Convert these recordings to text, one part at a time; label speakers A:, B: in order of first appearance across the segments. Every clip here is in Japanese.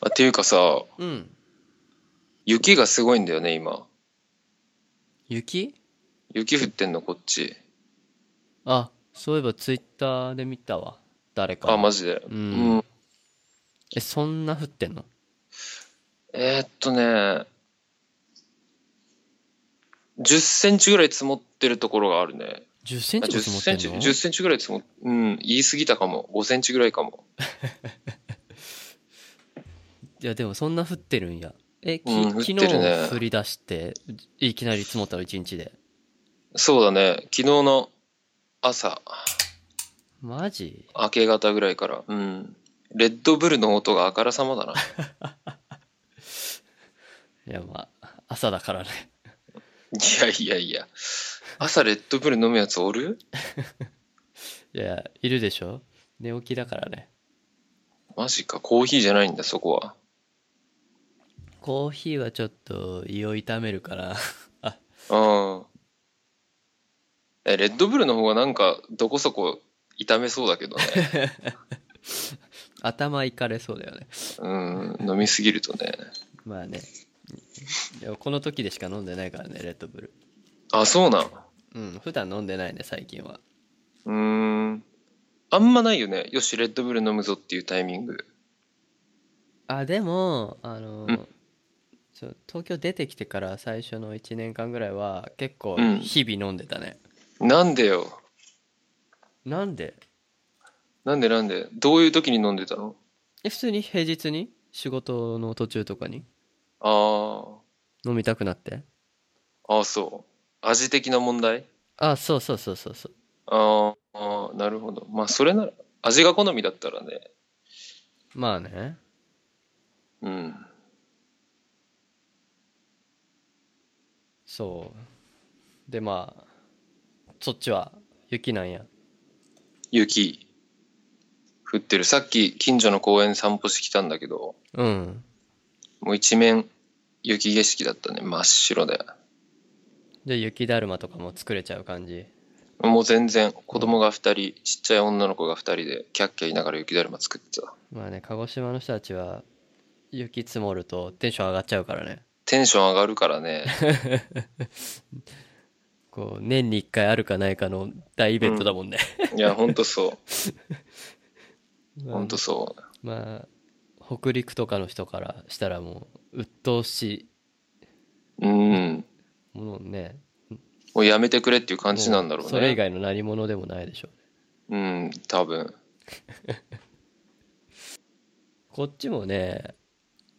A: あっていうかさ、
B: うん。
A: 雪がすごいんだよね、今。
B: 雪
A: 雪降ってんの、こっち。
B: あ、そういえばツイッターで見たわ。誰か。
A: あ、マジで。
B: う。
A: うんん。
B: え、そんな降ってんの
A: えーっとね、10センチぐらい積もってるところがあるね。
B: ?10 セン
A: あ
B: チ
A: 10
B: も積もっ
A: セ
B: て
A: ンチ、
B: んの
A: 10センチぐらい積もっうん、言い過ぎたかも。5センチぐらいかも。
B: いや、でもそんな降ってるんや。え、き、
A: うん降
B: 昨
A: って
B: 日
A: るね
B: 降り出して、いきなり積もったの1日で。
A: そうだね、昨日の朝、
B: マジ
A: 明け方ぐらいから。うん。レッドブルの音があからさ まだな。
B: いや、まあ、朝だからね。
A: いやいやいや。朝レッドブル飲むやつおる
B: いや、いるでしょ寝起きだからね。
A: マジか、コーヒーじゃないんだ、そこは。
B: コーヒーはちょっと胃を痛めるから。 あ、
A: うん。え、レッドブルの方がなんか、どこそこ痛めそうだけどね。
B: 頭いかれそうだよね。
A: うん、飲みすぎるとね。
B: まあね。いやこの時でしか飲んでないからね、レッドブル。
A: あ、そうなん。
B: うん、普段飲んでないね、最近は。
A: うーん。あんまないよね。よし、レッドブル飲むぞっていうタイミング。
B: あ、でも、あ
A: う
B: の
A: ん
B: そう、東京出てきてから最初の1年間ぐらいは、結構
A: うん、
B: 日々飲んでたね。
A: なんでよ。
B: なんで
A: なんでなんで。どういう時に飲んでたの
B: え、普通に平日に仕事の途中とかに
A: あ
B: 飲みたくなって
A: あ、ああ、そう。味的な問題
B: あ、そうそうそうそうそう。
A: あーあー、なるほど。まあ、それなら、味が好みだったらね。
B: まあね。
A: うん。
B: そう。で、まあ、そっちは雪なんや。
A: 雪。降ってる。さっき、近所の公園散歩してきたんだけど、
B: うん。
A: もう一面、雪景色だったね。真っ白で。
B: で、雪だるまとかも作れちゃう感じ。
A: もう全然、子供が二人、ちっちゃい女の子が二人で、キャッキャ言いながら雪だるま作ってた。
B: まあね、鹿児島の人たちは、雪積もるとテンション上がっちゃうからね。
A: テンション上がるから ね。
B: こう、年に一回あるかないかの大イベントだもんね。
A: いや、ほんとそう。
B: まあ
A: ほんとそう。
B: まあ、北陸とかの人からしたらもう、鬱陶し
A: うん。
B: いものね。
A: もうやめてくれっていう感じなんだろうね。
B: もそれ以外の何物でもないでしょうね。
A: うん、多分。
B: こっちもね、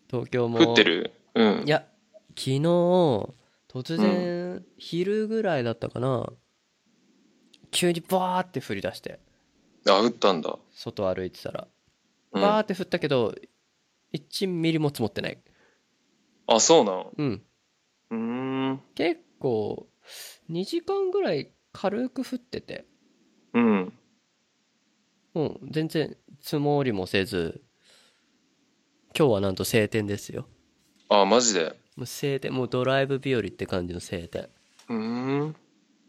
B: 東京も。
A: 降ってるうん
B: い。や、昨日、突然、昼ぐらいだったかな。急にバーって降り出して、
A: あ、降ったんだ。
B: 外歩いてた
A: う
B: ら。
A: ん
B: バーって降ったけど、1ミリも積もってない。
A: あ、そうなん。
B: うん。
A: うーん。
B: 結構、2時間ぐらい軽く降ってて、
A: うん。
B: うん、全然積もりもせず、今日はなんと晴天ですよ。
A: あ、マジで。
B: もう晴天、もうドライブ日和って感じの晴天。
A: うーん。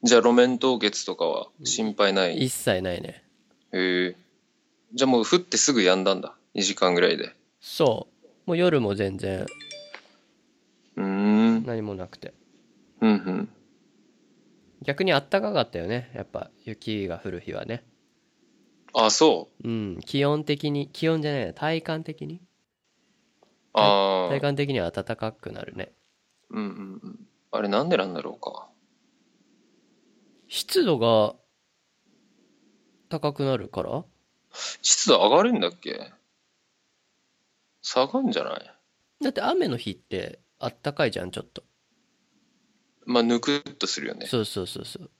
A: じゃあ、路面凍結とかは心配ない。へ
B: 一切ないね。
A: え。じゃあもう降ってすぐやんだんだ。2時間ぐらいで。
B: そう。もう夜も全然
A: うーん。
B: 何もなくて。
A: うんうん。
B: 逆にあったかかったよねやっぱ雪が降る日はね
A: あ、そう。
B: うん気温的に気温じゃないな体感的に
A: あ
B: 体
A: あ。
B: 感的には暖かくなるね
A: うんうんうん。あれなんでなんだろうか。
B: 湿度が高くなるから
A: 湿度上がるんだっけ下がんじゃない
B: だって雨の日ってあったかいじゃんちょっと
A: まあ、ぬくっとするよね。
B: そうそうそうそう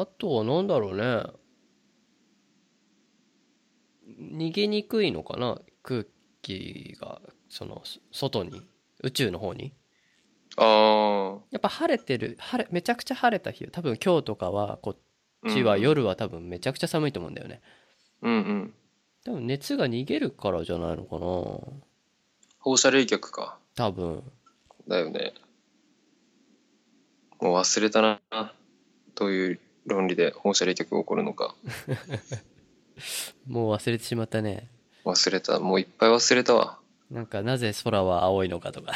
B: あとは何だろうね逃げにくいのかな空気がその外に宇宙の方に
A: あ
B: やっぱ晴れてる晴れめちゃくちゃ晴れた日多分今日とかはこ
A: あ。
B: っちは
A: うん
B: 夜は多分めちゃくちゃ寒いと思うんだよね、
A: うんうん。
B: 多分熱が逃げるからじゃないのかな
A: 放射冷却か。
B: 多分
A: だよね。もう忘れたな。どういう論理で放射冷却が起こるのか。
B: もう忘れてしまったね
A: 忘れた。もういっぱい忘れたわ。
B: なんかなぜ空は青いのかとか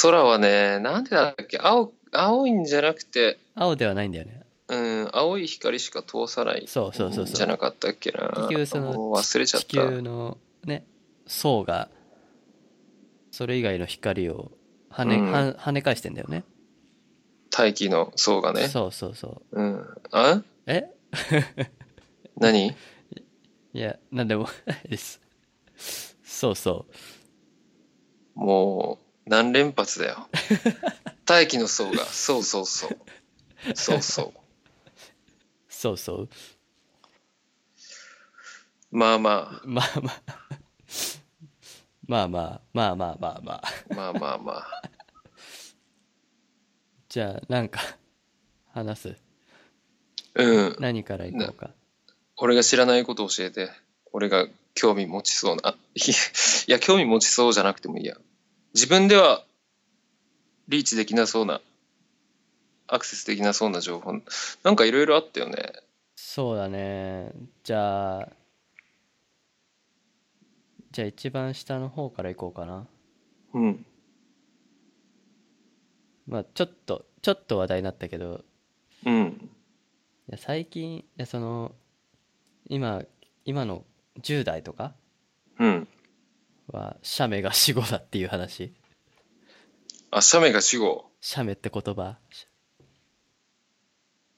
A: 空はね、なんでだっけ青、青いんじゃなくて、
B: 青ではないんだよね
A: うん、青い光しか通さない。
B: そうそうそうそう
A: じゃなかったっけな。
B: 結局その
A: もう忘れちゃっ
B: 地
A: た。
B: 球のね層がそれ以外の光を跳ね,
A: うん
B: は、跳ね返してんだよね
A: 大気の層がね。
B: そうそうそう
A: うん。あ
B: え
A: 何
B: いやなんでも ないですそうそう
A: もう、何連発だ よ。大気の層が、そうそうそう。そうそ
B: そうそう
A: う。まあま
B: まあまあまあまあまあまあまあまあ
A: あ、まあまあまあ。
B: じゃあなんか話す
A: うん。
B: 何からいこうか
A: 俺が知らないこと教えて。俺が興味持ちそうな。 いや、興味持ちそうじゃなくてもいいや。自分ではリーチできなそうな、アクセスできなそうな情報。なんかいろいろあったよね。
B: そうだねじゃあじゃあ一番下の方からいこうかな
A: うん。
B: まあちょっとちょっと話題になったけど
A: うん。
B: いや最近いやその今今の10代とか
A: うん。
B: は写メが死語だっていう話
A: あ、写メが死後。
B: 写メって言葉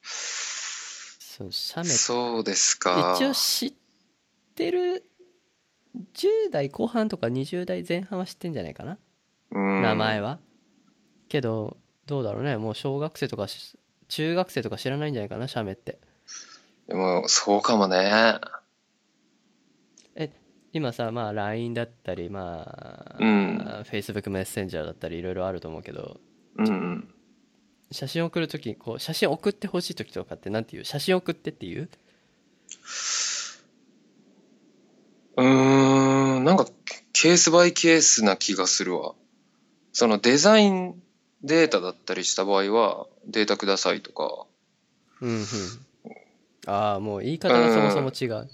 B: そう写メ
A: そうですか。
B: 一応知ってる10代後半とか20代前半は知ってんじゃないかな
A: うん、
B: 名前はけどどうだろうねもう小学生とかし中学生とか知らないんじゃないかな写メって
A: でも、そうかもね。
B: 今さまあ LINE だったりまあ、
A: うん
B: あー Facebook メッセンジャーだったりいろいろあると思うけど
A: うんうん。
B: 写真送るときこう写真送ってほしいときとかってなんていう写真送ってっていう
A: うーん、なんか、ケースバイケースな気がするわ。そのデザインデータだったりした場合は、データくださいとか、
B: うんうんああもう言い方がそもそも違う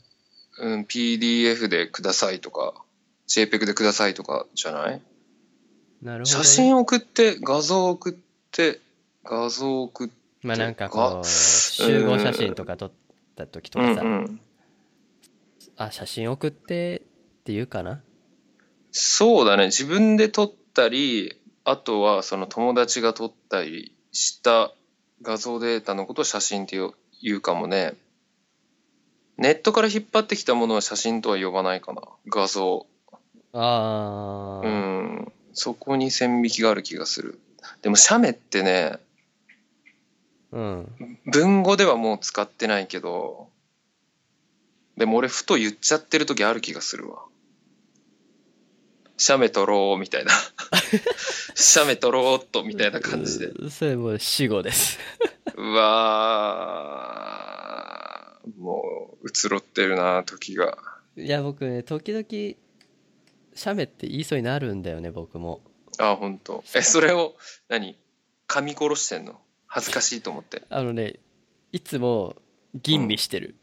A: うん、PDF でくださいとか、JPEG でくださいとかじゃない
B: なるほどね、
A: 写真送って、画像送って、画像送って、
B: まあなんか
A: とか
B: こう集合写真とか撮った時と
A: う
B: か
A: ん
B: さ、
A: うん。
B: あ写真送ってっていうかな
A: そうだね、自分で撮ったり、あとはその友達が撮ったりした画像データのことを写真ってよ言うかもね。ネットから引っ張ってきたものは写真とは呼ばないかな、画像。
B: あ
A: う
B: ー、
A: ん、そこに線引きがある気がする。でも、写メってね、
B: うん、
A: 文語ではもう使ってないけど、でも俺ふと言っちゃってる時ある気がするわ。写メ撮ろうみ たいな。写メ撮ろうっとみたいな感じで。
B: うそれもう死語です
A: うわー、もう移ろってるな、時が。
B: いや僕ね時々写メって言いそうになるんだよね僕も
A: あ、本当。え、それを、何噛み殺してんの恥ずかしいと思って。
B: あのねいつも吟味してる、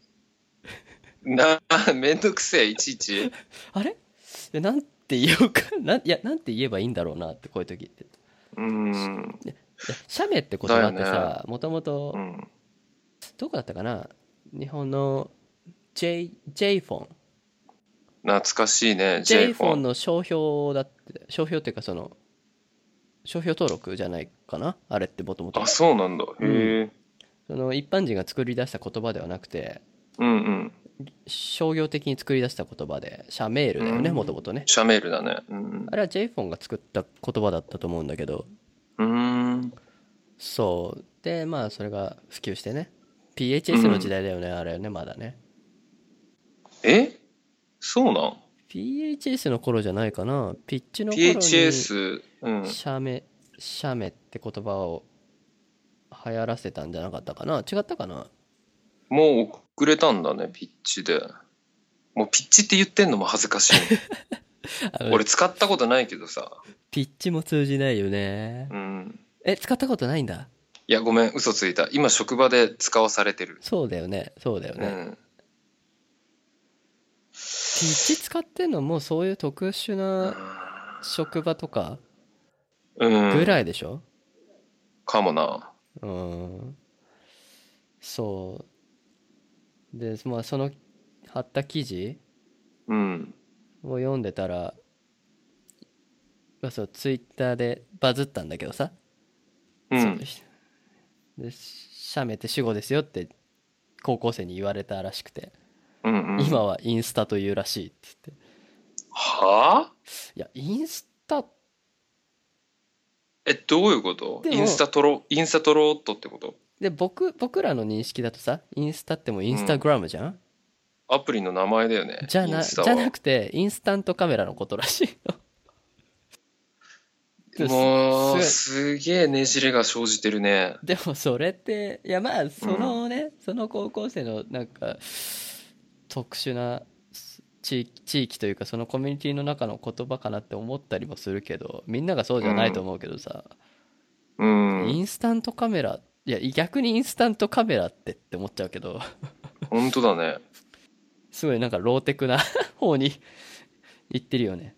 A: なあ、めんどくせえ、いちいち。
B: あれえなんて言おうか なんいやなんて言えばいいんだろうなってこういう時って
A: うーん。
B: いや写メって言葉って
A: だ
B: さもともと
A: うん。
B: どこだったかな日本の J, J フォン
A: 懐かしいね、
B: J
A: J
B: フ
A: フ
B: ォ
A: ォ
B: ン
A: ン。
B: の商標だって商標っていうかその商標登録じゃないかなあれってもともと
A: あ、そうなんだ。へえ。
B: その一般人が作り出した言葉ではなくて
A: うんうん。
B: 商業的に作り出した言葉で社メールだよね
A: うん
B: もともとね
A: シャメールだね。うん
B: あれは J フォンが作った言葉だったと思うんだけど
A: うん。うーん。
B: そうでまあそれが普及してね PHS の時代だよねあれよねまだね
A: えそうなん
B: PHS の頃じゃないかなピッチの頃に
A: ?PHS、うん。
B: 写メ写メって言葉を流行らせたんじゃなかったかな違ったかな
A: もう遅れたんだね、ピッチで。もうピッチって言ってんのも恥ずかしい。
B: あの
A: 俺使ったことないけどさ。
B: ピッチも通じないよね
A: うん。
B: え使ったことないんだ
A: いや、ごめん、嘘ついた。今、職場で使わされてる。
B: そうだよねそうだよ
A: う
B: ね、
A: ん。
B: ッチ使ってんのはもうそういう特殊な職場とか
A: うん。
B: ぐらいでしょ
A: かもな。
B: うん。そう。で、まあその貼った記事
A: うん。
B: を読んでたら、まあそう、ツイッターでバズったんだけどさ。
A: う
B: そ
A: ん。
B: で、写メって死語ですよって高校生に言われたらしくて、
A: うん、うん。
B: 今はインスタというらしいって言って。
A: はい
B: や、インスタって
A: え、どういうこと
B: でも
A: インスタトロ、インスタトローっとってこと
B: で僕僕らの認識だとさインスタってもうインスタグラムじゃん、
A: アプリの名前だよね。
B: じゃ
A: イン
B: な
A: ス
B: じ
A: タは
B: ゃなくてインスタントカメラのことらしいの て
A: もう、
B: す
A: すげえねじれが生じてるね。
B: でもそれっていやまあそのね、その高校生のなんか特殊なす地域地域というかそのコミュニティの中の言葉かなって思ったりもするけどみんながそうじゃないと思うけどさ、
A: う
B: イ
A: ん。
B: ンスタントカメラいや逆にインスタントカメラってって思っちゃうけど
A: 本当だね。
B: すごいなんかローテクな方に行ってるよね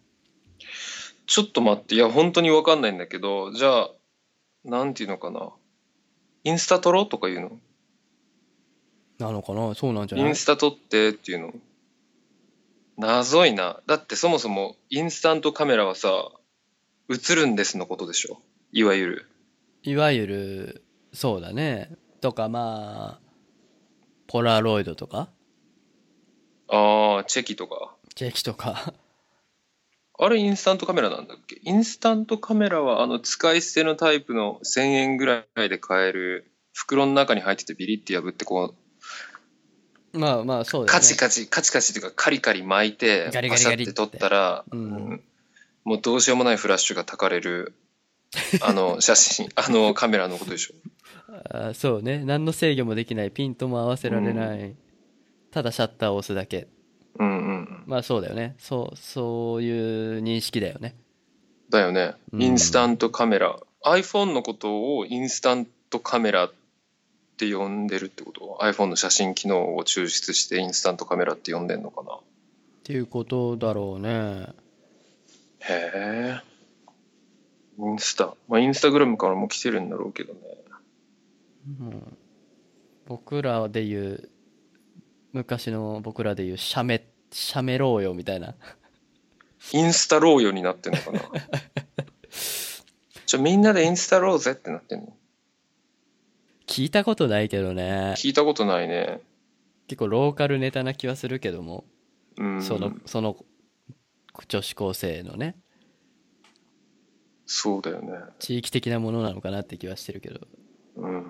A: ちょっと待って、いや、本当にわかんないんだけど、じゃあ、なんていうのかな。インスタ撮ろうとか言うの
B: なのかなそうなんじゃ
A: イ
B: ない
A: ンスタ撮ってっていうの謎いな。だってそもそもインスタントカメラはさ、映るんですのことでしょいわゆる。
B: いわゆるそうだねとかまあポラロイドとか
A: ああ、チェキとか。
B: チェキとか
A: あれインスタントカメラなんだっけインスタントカメラはあの使い捨てのタイプの1000円ぐらいで買える袋の中に入っててビリって破ってこう
B: まあまあそうだね
A: カチカチカチカチというかカリカリ巻いて
B: ガリガ
A: パ
B: リ
A: シャ
B: ガ
A: っ
B: リって
A: て撮ったら、
B: うん
A: うんもうどうしようもないフラッシュがたかれるあの写真あのカメラのことでしょ
B: あそうね何の制御もできないピントも合わせられない、ただシャッターを押すだけ
A: うんうんうん
B: まあそうだよねそうそういう認識だよね
A: だよね
B: うん
A: インスタントカメラ、iPhone のことをインスタントカメラって呼んでるってこと iPhone の写真機能を抽出してインスタントカメラって呼んでんのかな
B: っていうことだろうね
A: へえ。インスタ。まあ、インスタグラムからも来てるんだろうけどね。
B: うん僕らで言う昔の僕らで言うシャメシャメろうよみたいな
A: インスタローよになってんの かな。じゃみんなでインスタローぜってなってんの
B: 聞いたことないけどね
A: 聞いたことないね。
B: 結構ローカルネタな気はするけども、
A: うん。
B: そのその女子高生のね
A: そうだよね。
B: 地域的なものなのかなって気はしてるけど
A: うん。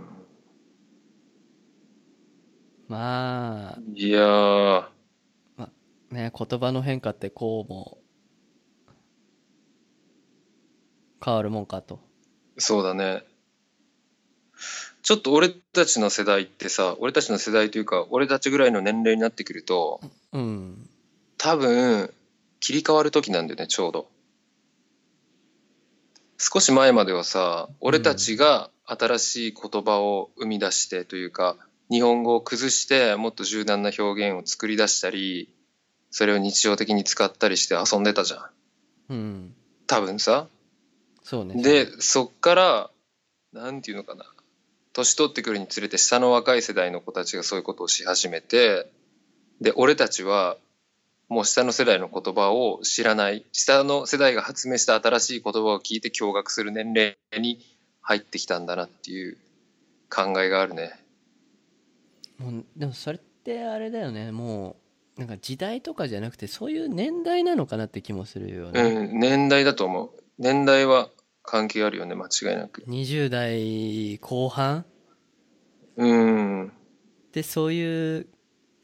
B: まあ
A: いやー、
B: ね言葉の変化ってこうも変わるもんかと
A: そうだね。ちょっと俺たちの世代ってさ、俺たちの世代というか、俺たちぐらいの年齢になってくると、
B: うん
A: 多分切り替わる時なんだよねちょうど少し前まではさ俺たちが新しい言葉を生み出してというか、日本語を崩してもっと柔軟な表現を作り出したりそれを日常的に使ったりして遊んでたじゃん
B: うん
A: 多分さ
B: そうね
A: でそっからなんていうのかな年取ってくるにつれて下の若い世代の子たちがそういうことをし始めてで俺たちはもう下の世代の言葉を知らない下の世代が発明した新しい言葉を聞いて驚愕する年齢に入ってきたんだなっていう考えがあるね
B: もうでもそれってあれだよねもうなんか時代とかじゃなくてそういう年代なのかなって気もするよね、
A: うん年代だと思う年代は関係あるよね間違いなく
B: 20代後半
A: うん
B: でそういう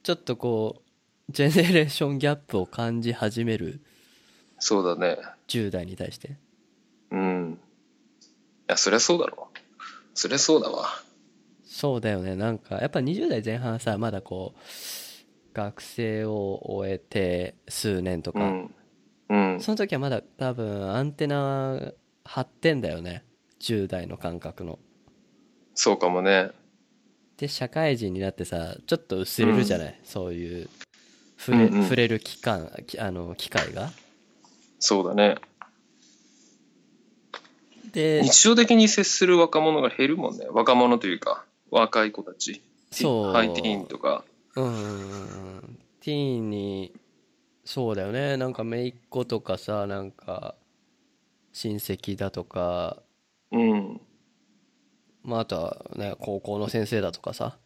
B: ちょっとこうジェネレーションギャップを感じ始める
A: そうだね
B: 10代に対して
A: うんいやそりゃそうだろうそりゃそうだわ
B: そうだよねなんかやっぱ20代前半さまだこう学生を終えて数年と
A: う
B: か、
A: ん。うん。
B: その時はまだ多分アンテナ張ってんだよね10代の感覚の
A: そうかもね。
B: で社会人になってさちょっと薄れるじゃない、そういう触れ,、
A: うんうん
B: 触れる期間きあの機会が
A: そうだね。
B: で
A: 日常的に接する若者が減るもんね。若者というか、若い子たち。
B: そう
A: ハイティーンとか。
B: うんうんうんティーンにそうだよねなんか姪っ子とかさなんか親戚だとか、
A: うん。
B: まあ、あとは、ね、高校の先生だとかさ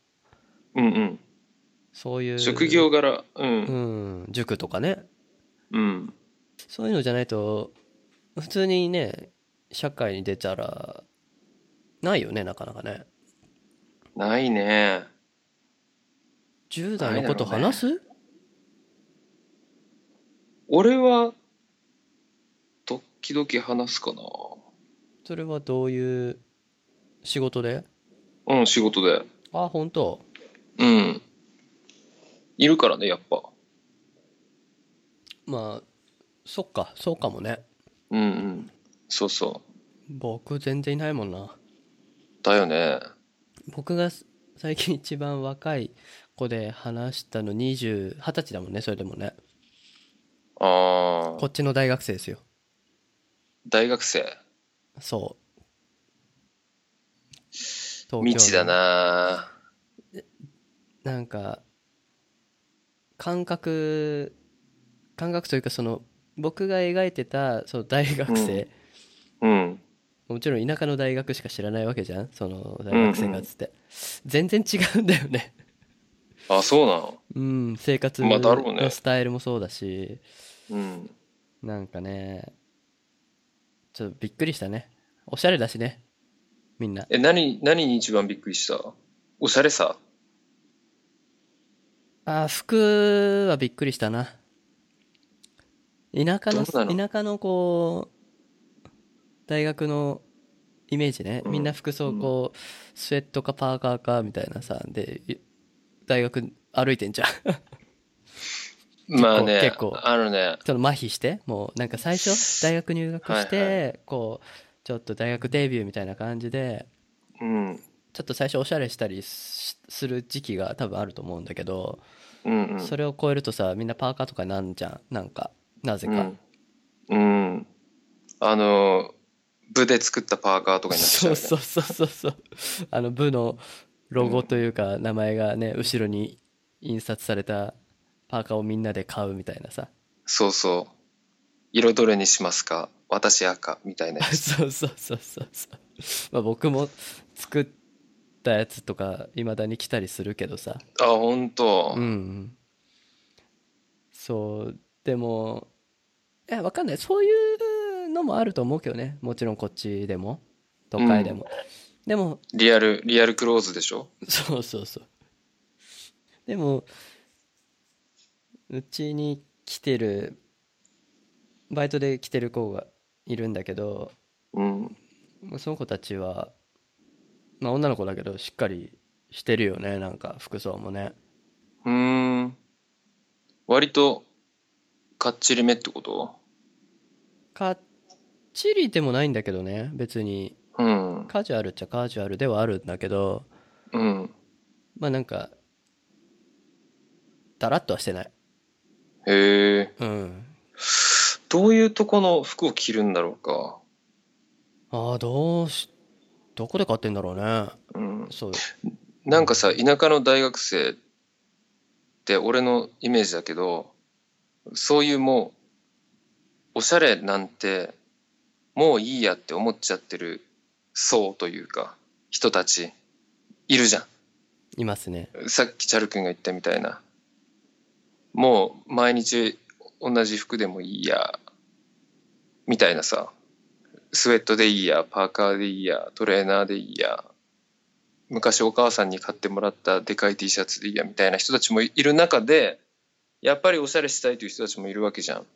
A: うんうん。
B: そういう
A: 職業柄、う。
B: うんん塾とかね
A: うん。
B: そういうのじゃないと普通にね社会に出たらないよねなかなかね
A: ないね。
B: 10代のこと
A: ないだろうね
B: 話す、
A: 俺は、時々話すか
B: それはどういう仕事で
A: な。うん、仕事で。
B: あ本当
A: うん。いるからね、やっぱ。
B: まあそっかそうかもね
A: うんうん。そうそ
B: 僕全然いないもんな
A: う。だよね。
B: 僕が最近一番若い子で話したの20 20歳だもんねそれでもね
A: あ
B: こ
A: あ。
B: っちの大学生ですよ
A: 大学生。
B: そう東京の
A: 未知だな。
B: なんか感覚感覚というかその僕が描いてたその大学生、
A: うん。
B: もちろん田舎の大学しか知らないわけじゃんその大学生活って、全然違うんだよね
A: あ、そうなの。
B: うん生活
A: まあだろうね
B: のスタイルもそうだし、
A: うん。
B: なんかねちょっとびっくりしたねおしゃれだしねみんな
A: え、何、何に一番びっくりしたおしゃれさ。
B: あー服はびっくりしたな田舎の
A: どうなの
B: 田舎のこう大学のイメージね、
A: うん
B: みんな服装こう、スウェットかパーカーかみたいなさでい大学歩いて んじゃん
A: まあね
B: 結構、結構
A: あのね、
B: その麻痺してもうなんか最初大学入学して、
A: はい
B: こうちょっと大学デビューみたいな感じで
A: うん、
B: ちょっと最初おしゃれしたりしする時期が多分あると思うんだけど、
A: うん、うん。
B: それを超えるとさみんなパーカーとかになんじゃんなんかなぜか、
A: うん。うん。あの、部で作ったパーカーとかになっちゃう、
B: そう
A: ね。
B: そうそうそうそうあの部のロゴというか名前がね後ろに印刷されたパーカーをみんなで買うみたいなさ
A: そうそう。色どれにしますか私赤みたいなやつ。
B: そうそうそうそうそうまあ僕も作ったやつとかいまだに来たりするけどさ
A: あ、ほんと。
B: うんうんそうでもいやわかんないそういうのもあると思うけどねもちろんこっちでも都会でも、でも
A: リアル、リアルクローズでしょ
B: そうそうそう。でも、うちに来てる、バイトで来てる子がいるんだけど、
A: うん。
B: その子たちは、まあ女の子だけど、しっかりしてるよね、なんか服装もね。
A: うーん。割と、かっちりめってこと
B: かっちりでもないんだけどね、別に。
A: うん。
B: カジュアルっちゃカジュアルではあるんだけど、
A: うん。
B: まあなんか、だらっとはしてない。
A: へえ。
B: うん。
A: どういうとこの服を着るんだろうか。
B: ああ、どうし、どこで買ってんだろうね。
A: うん。
B: そう。
A: なんかさ、田舎の大学生って俺のイメージだけど、そういうもう、おしゃれなんて、もういいやって思っちゃってる層というか、人たち、いるじゃ
B: いますね。
A: ん。さっきチャル君が言ったみたいな。もう、毎日同じ服でもいいや、みたいなさ、スウェットでいいや、パーカーでいいや、トレーナーでいいや、昔お母さんに買ってもらったでかい T シャツでいいやみたいな人たちもいる中でやっぱりおしゃれしたいという人たちもいるわけじゃん、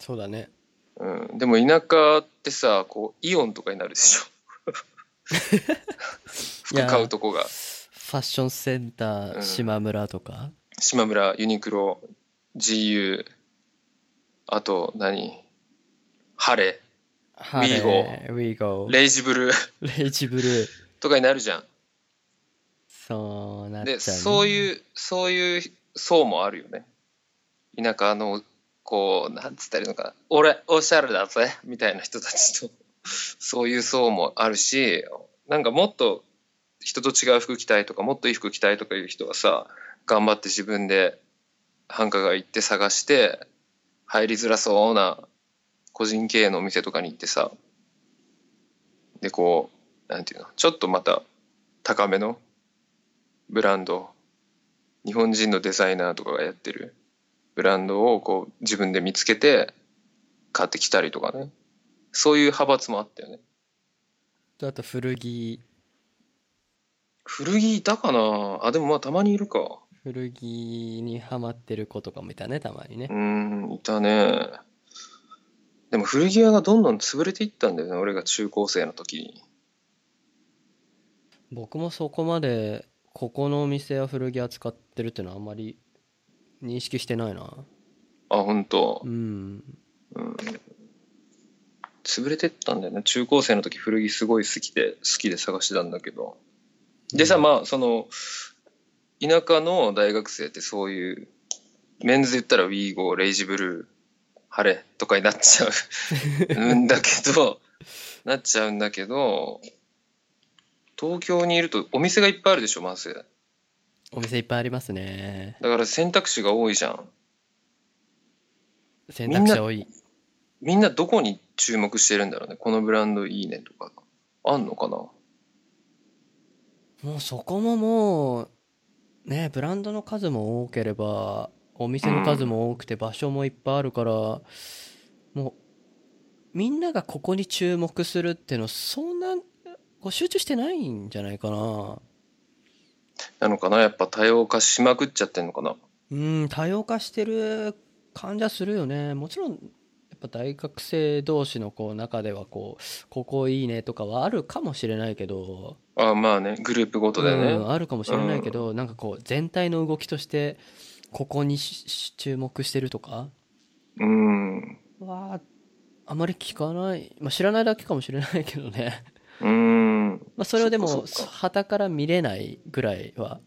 B: そうだね。
A: うん、でも田舎ってさこうイオンとかになるでしょ
B: いや
A: 服買うとこが
B: ファッションセンタ
A: う
B: ー
A: ん
B: 島村とか、
A: 島村ユニクロ GU あと何ハレ
B: ハレ
A: WeGo
B: ウィーゴレ
A: レイジブル
B: イジブルー。
A: とかになるじゃん
B: そうなっちゃう、
A: でそう
B: う。
A: いうそういう層もあるよね田舎のこうなんつったらいいのかな俺おしゃれだぜみたいな人たちと そういう層もあるしなんかもっと人と違う服着たいとかもっといい服着たいとかいう人はさ頑張って自分で繁華街行って探して入りづらそうな個人経営のお店とかに行ってさでこうなんていうのちょっとまた高めのブランド日本人のデザイナーとかがやってるブランドをこう自分で見つけて買ってきたりとかねそういう派閥もあったよね
B: あと古着
A: 古着いたかなあでもまあたまにいるか
B: 古着にハマってる子とかもいたねたまにね
A: う、ーんいたねでも古着屋がどんどん潰れていったんだよね俺が中高生の時に
B: 僕もそこまでここのお店は古着扱ってるっていうのはあんまり認識してないな
A: あ本当
B: うん
A: 潰れてったんだよね中高生の時古着すごい好きで好きで探してたんだけどでさまあその田舎の大学生ってそういうメンズで言ったらウィーゴーレイジブルー晴れとかになっちゃううんだけどなっちゃうんだけど東京にいるとお店がいっぱいあるでしょまず
B: お店いっぱいありますね
A: だから選択肢が多いじゃん
B: 選択肢多い
A: みんなどこに注目してるんだろうねこのブランドいいねとかあんのかな
B: もうそこももうねブランドの数も多ければお店の数も多くて場所もいっぱいあるから、もうみんながここに注目するっていうのはそんなこう集中してないんじゃないかな
A: なのかなやっぱ多様化しまくっちゃってんのかな
B: うん多様化してる感じはするよねもちろんやっぱ大学生同士のこう中ではこうここいいねとかはあるかもしれないけど
A: あまあねグループごとでね、
B: うん、あるかもしれないけど、なんかこう全体の動きとしてここにしし注目してるとか
A: うん。
B: はあまり聞かない、まあ、知らないだけかもしれないけど ね
A: うん。
B: まあそれをで
A: そっ
B: も
A: かそっか
B: 旗から見れないぐらいは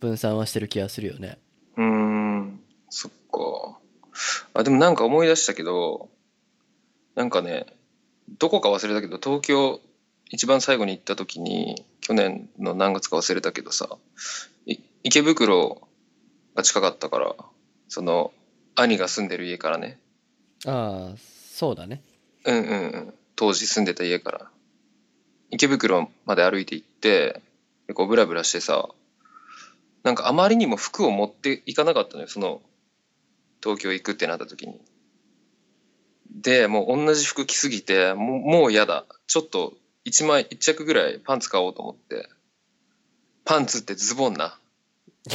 B: 分散はしてる気がするよね
A: うん。そっか。あ、でもなんか思い出したけど、なんかね、どこか忘れたけど、東京一番最後に行った時に、去年の何月か忘れたけどさ、い池袋が近かったから、その、兄が住んでる家からね、
B: ああそうだね
A: うんうんうん当時住んでた家から池袋まで歩いて行ってでこうブラブラしてさなんかあまりにも服を持っていかなかったのよその東京行くってなった時にでもう同じ服着すぎてもうもう嫌だちょっと1枚1着ぐらいパンツ買おうと思ってパンツってズボンな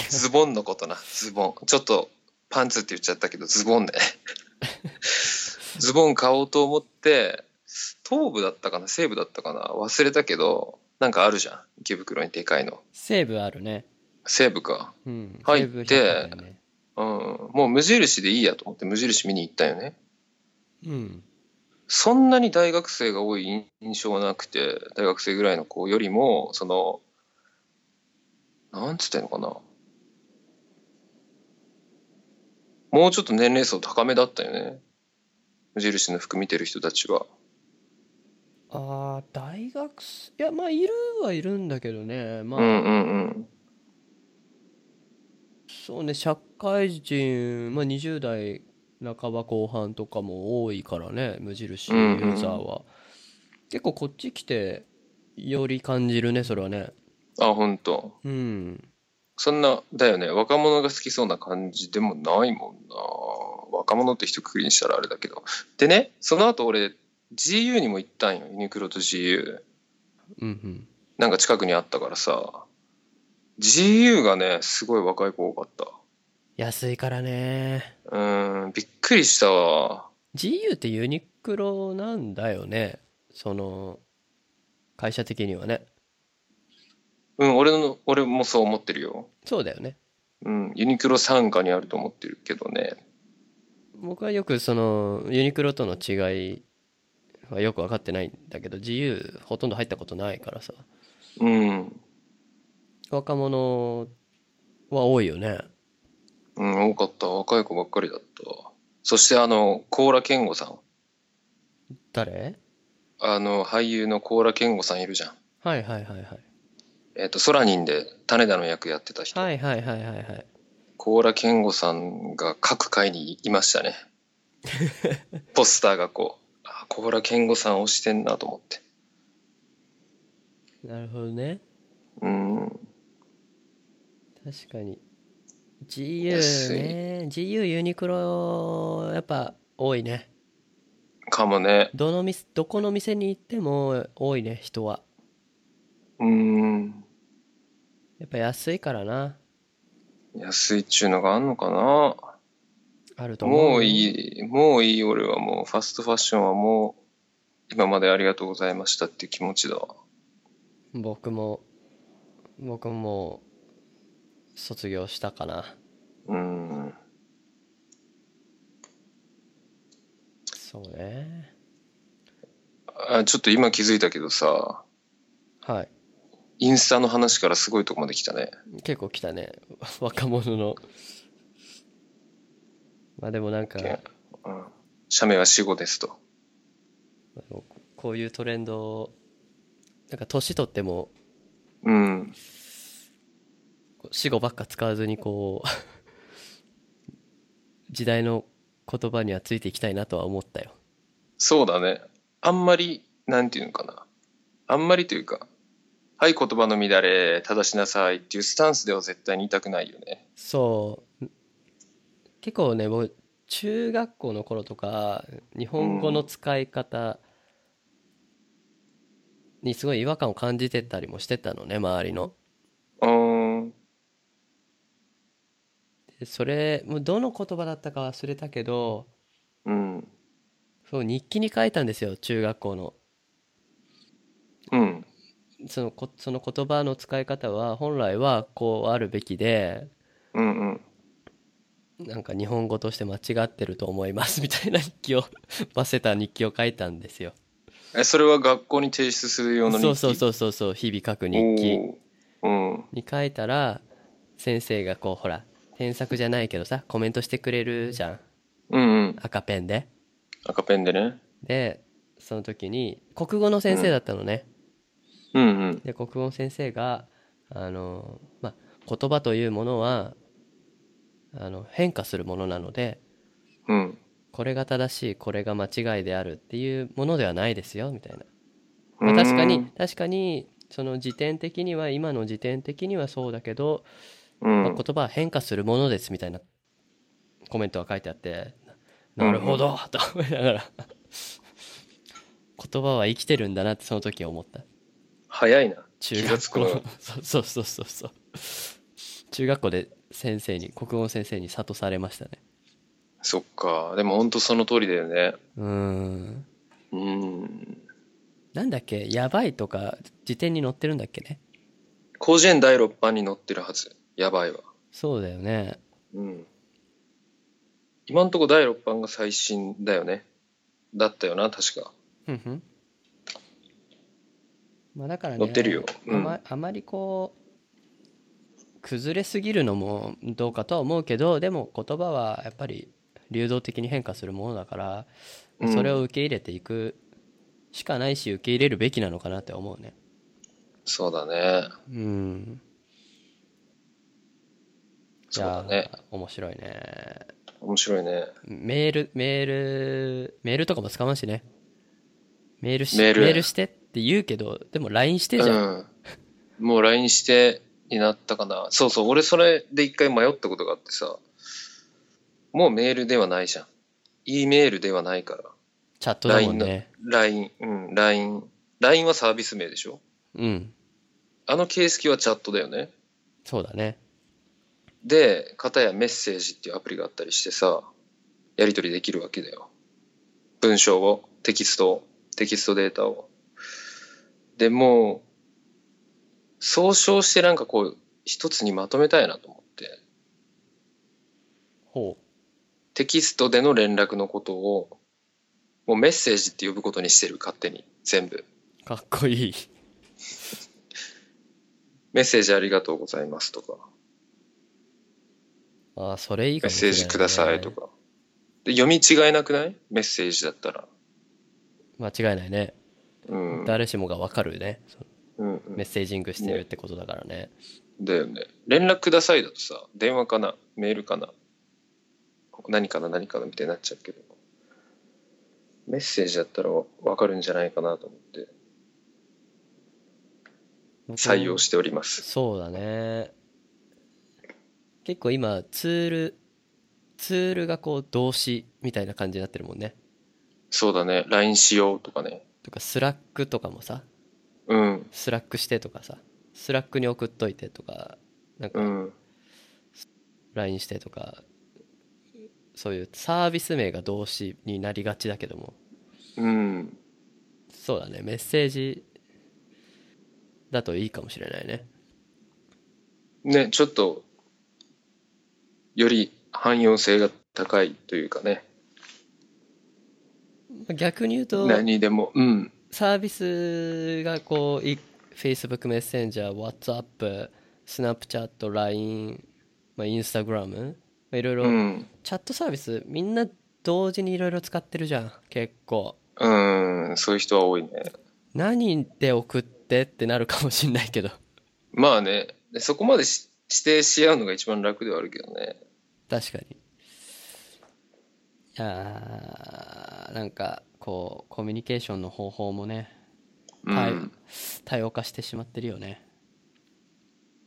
A: ズボンのことなズボンちょっとパンツって言っちゃったけどズボンねズボン買おうと思って、東部だったかな、西部だったかな、忘れたけど、なんかあるじゃん。池袋にでかいの。
B: 西部あるね
A: 西部か。
B: うん
A: 入
B: 西
A: って
B: 部百貨店ね
A: うん。もう無印でいいやと思って無印見に行ったよね。
B: うん
A: そんなに大学生が多い印象はなくて、大学生ぐらいの子よりも、その、なんつってんのかな。もうちょっと年齢層高めだったよね。無印の服見てる人たちは。
B: ああ大学生いやまあいるはいるんだけどねま
A: う
B: あ、
A: んうんうん。
B: そうね社会人、まあ、20代半ば後半とかも多いからね無印ユーザーは、結構こっち来てより感じるねそれはね
A: あ、ほんと。
B: うん
A: そんな、だよね、若者が好きそうな感じでもないもんな。若者って一括りにしたらあれだけど。でね、その後俺、GU にも行ったんよ、ユニクロと GU。
B: うんうん
A: なんか近くにあったからさ。GU がね、すごい若い子多かっ
B: 安いからね
A: た。うーん、びっくりしたわ。
B: GU ってユニクロなんだよねその会社的にはね
A: うん、俺の、俺もそう思ってるよ。
B: そうだよね
A: うん、ユニクロ傘下にあると思ってるけどね。
B: 僕はよくそのユニクロとの違いはよく分かってないんだけど GU ほとんど入ったことないからさ
A: うん。
B: 若者は多いよね
A: うん、多かった。若い子ばっかりだった。そして、あの、高良健吾さん。
B: 誰
A: あの、俳優の高良健吾さんいるじゃん。
B: はいはいはいはい。
A: えっ、と、ソラニンで種田の役やってた人。
B: はいはいはいはいはい。
A: 高良健吾さんが各界にいました ね。ポスターがこう、あ、高良健吾さん推してんなと思って。
B: なるほどね。
A: うん。
B: 確かに。
A: 安
B: GU
A: い
B: ね。GU ユニクロ、やっぱ多いね。
A: かもね。
B: どの店、どこの店に行っても多いね、人は。
A: うん。
B: やっぱ安いからな。
A: 安いっちゅうのがあんのかな
B: あると思うよ。
A: もういい、もういい俺はもう、ファストファッションはもう、今までありがとうございましたっていう気持ちだわ。
B: 僕も、僕ももう、卒業したかな。
A: うん。
B: そうね。
A: あ、ちょっと今気づいたけどさ、
B: はい。
A: インスタの話からすごいとこまで来たね。
B: 結構来たね。 若者の。まあでもなんか、
A: うん。社名は死後ですと。
B: こういうトレンドを、なんか年取っても、
A: うん。
B: こう死語ばっか使わずにこう 時代の言葉にはついていきたいなとは思ったよ
A: そうだね。あんまり、なんていうのかな。あんまりというか、はい、言葉の乱れ、正しなさいっていうスタンスでは絶対にいたくないよね。
B: そう結構ね僕中学校の頃とか日本語の使い方にすごい違和感を感じてたりもしてたのね周りの
A: うーん。
B: でそれもうどの言葉だったか忘れたけど
A: うん。
B: そう日記に書いたんですよ中学校の
A: うん。
B: そのこその言葉の使い方は本来はこうあるべきで
A: うんうん。
B: なんか日本語として間違ってると思いますみたいな日記を バセた日記を書いたんですよ。
A: え、それは学校に提出する用の日記
B: そうそうそうそうそう日々書く日記
A: おー。うん。
B: に書いたら先生がこうほら添削じゃないけどさコメントしてくれるじゃん
A: うんうん。
B: 赤ペンで。
A: 赤ペンでね。
B: でその時に国語の先生だったのね。
A: うんうん。
B: で国語の先生があの、まあ、言葉というものはあの変化するものなので
A: うん。
B: これが正しいこれが間違いであるっていうものではないですよみたいな。まあ確かに確かにその時点的には今の時点的にはそうだけど、
A: うん。
B: まあ
A: うん。
B: 言葉は変化するものですみたいなコメントが書いてあってなるほどと思いながら言葉は生きてるんだなってその時思った
A: 早いな。
B: 中
A: 気がつく
B: 学校
A: の
B: のそうそうそうそうそう中学校で先生に国語の先生に諭されましたね
A: そっか。でも本当その通りだよね。
B: うーん
A: うん。
B: なんだっけやばいとか辞典に載ってるんだっけね
A: 広辞苑第6版に載ってるはず。やばいわ。
B: そうだよね
A: うん。今んとこ第6版が最新だよね。だったよな、確か。
B: ふんふんまあだからね
A: 載ってるよ。う
B: あ
A: ん。
B: まあまりこう崩れすぎるのもどうかとは思うけどでも言葉はやっぱり流動的に変化するものだから
A: うん
B: それを受け入れていくしかないし受け入れるべきなのかなって思うね
A: そうだね。
B: うんい
A: そう
B: や
A: だね。
B: ー面白いね
A: 面白いね。
B: メールメールメールとかも使わんしねメールし
A: メール
B: してって言うけどでも LINE してじゃん、
A: うん。もう LINE してになったかな。そうそう、俺それで一回迷ったことがあってさ、もうメールではないじゃん。E メールではないから。
B: チャットだもんね
A: LINE、うん、LINE。LINE はサービス名でしょ
B: うん
A: あの形式はチャットだよね。
B: そうだね
A: で、片やメッセージっていうアプリがあったりしてさ、やり取りできるわけだよ。文章を、テキストを、テキストデータを。でもう、総称してなんかこう、一つにまとめたいなと思って、
B: ほ
A: テキストでの連絡のことを、もうメッセージって呼ぶことにしてる、勝手に。全部。
B: うかっこいい
A: メッセージありがとうございますとか。
B: ああ、それいい
A: メ
B: か
A: ッ
B: もしれ
A: セージ
B: ない、
A: くださいと。か。で読み違えなくないメッセージだったら。
B: 間違いないね。
A: うん。うん
B: 誰しもがわかるね。その
A: うん、
B: メッセージングしてるってことだからね。
A: だよね。連絡くださいだとさ、電話かな、メールかな、何かな、何かなみたいになっちゃうけど、メッセージだったらわわかるんじゃないかなと思って、採用しております。
B: そうだね。結構今、ツール、ツールがこう動詞みたいな感じになってるもんね。
A: そうだね、LINE しようとかね。
B: とか、スラックとかもさ、
A: うん、
B: スラックしてとかさ、スラックに送っといてとか、なん
A: う
B: か、
A: ん、
B: LINE してとか、そういうサービス名が動詞になりがちだけども、
A: うん。
B: そうだね、メッセージだといいかもしれないね。
A: ね、ちょっと、より汎用性が高いというかね、
B: 逆に言うと、
A: 何でも、うん、
B: サービスがこうい Facebook メッセンジャー WhatsApp、Snapchat、LINE、まあ、Instagram、まあ、いろいうろ
A: ん、
B: チャットサービスみんな同時にいろいろ使ってるじゃん結構
A: うん、そういう人は多いね。
B: 何で送ってってなるかもしんないけど
A: まあね、そこまでし指定し合うのが一番楽ではあるけどね。
B: 確かにいやーなんかこうコミュニケーションの方法もね
A: うん、
B: はい多様化してしまってるよね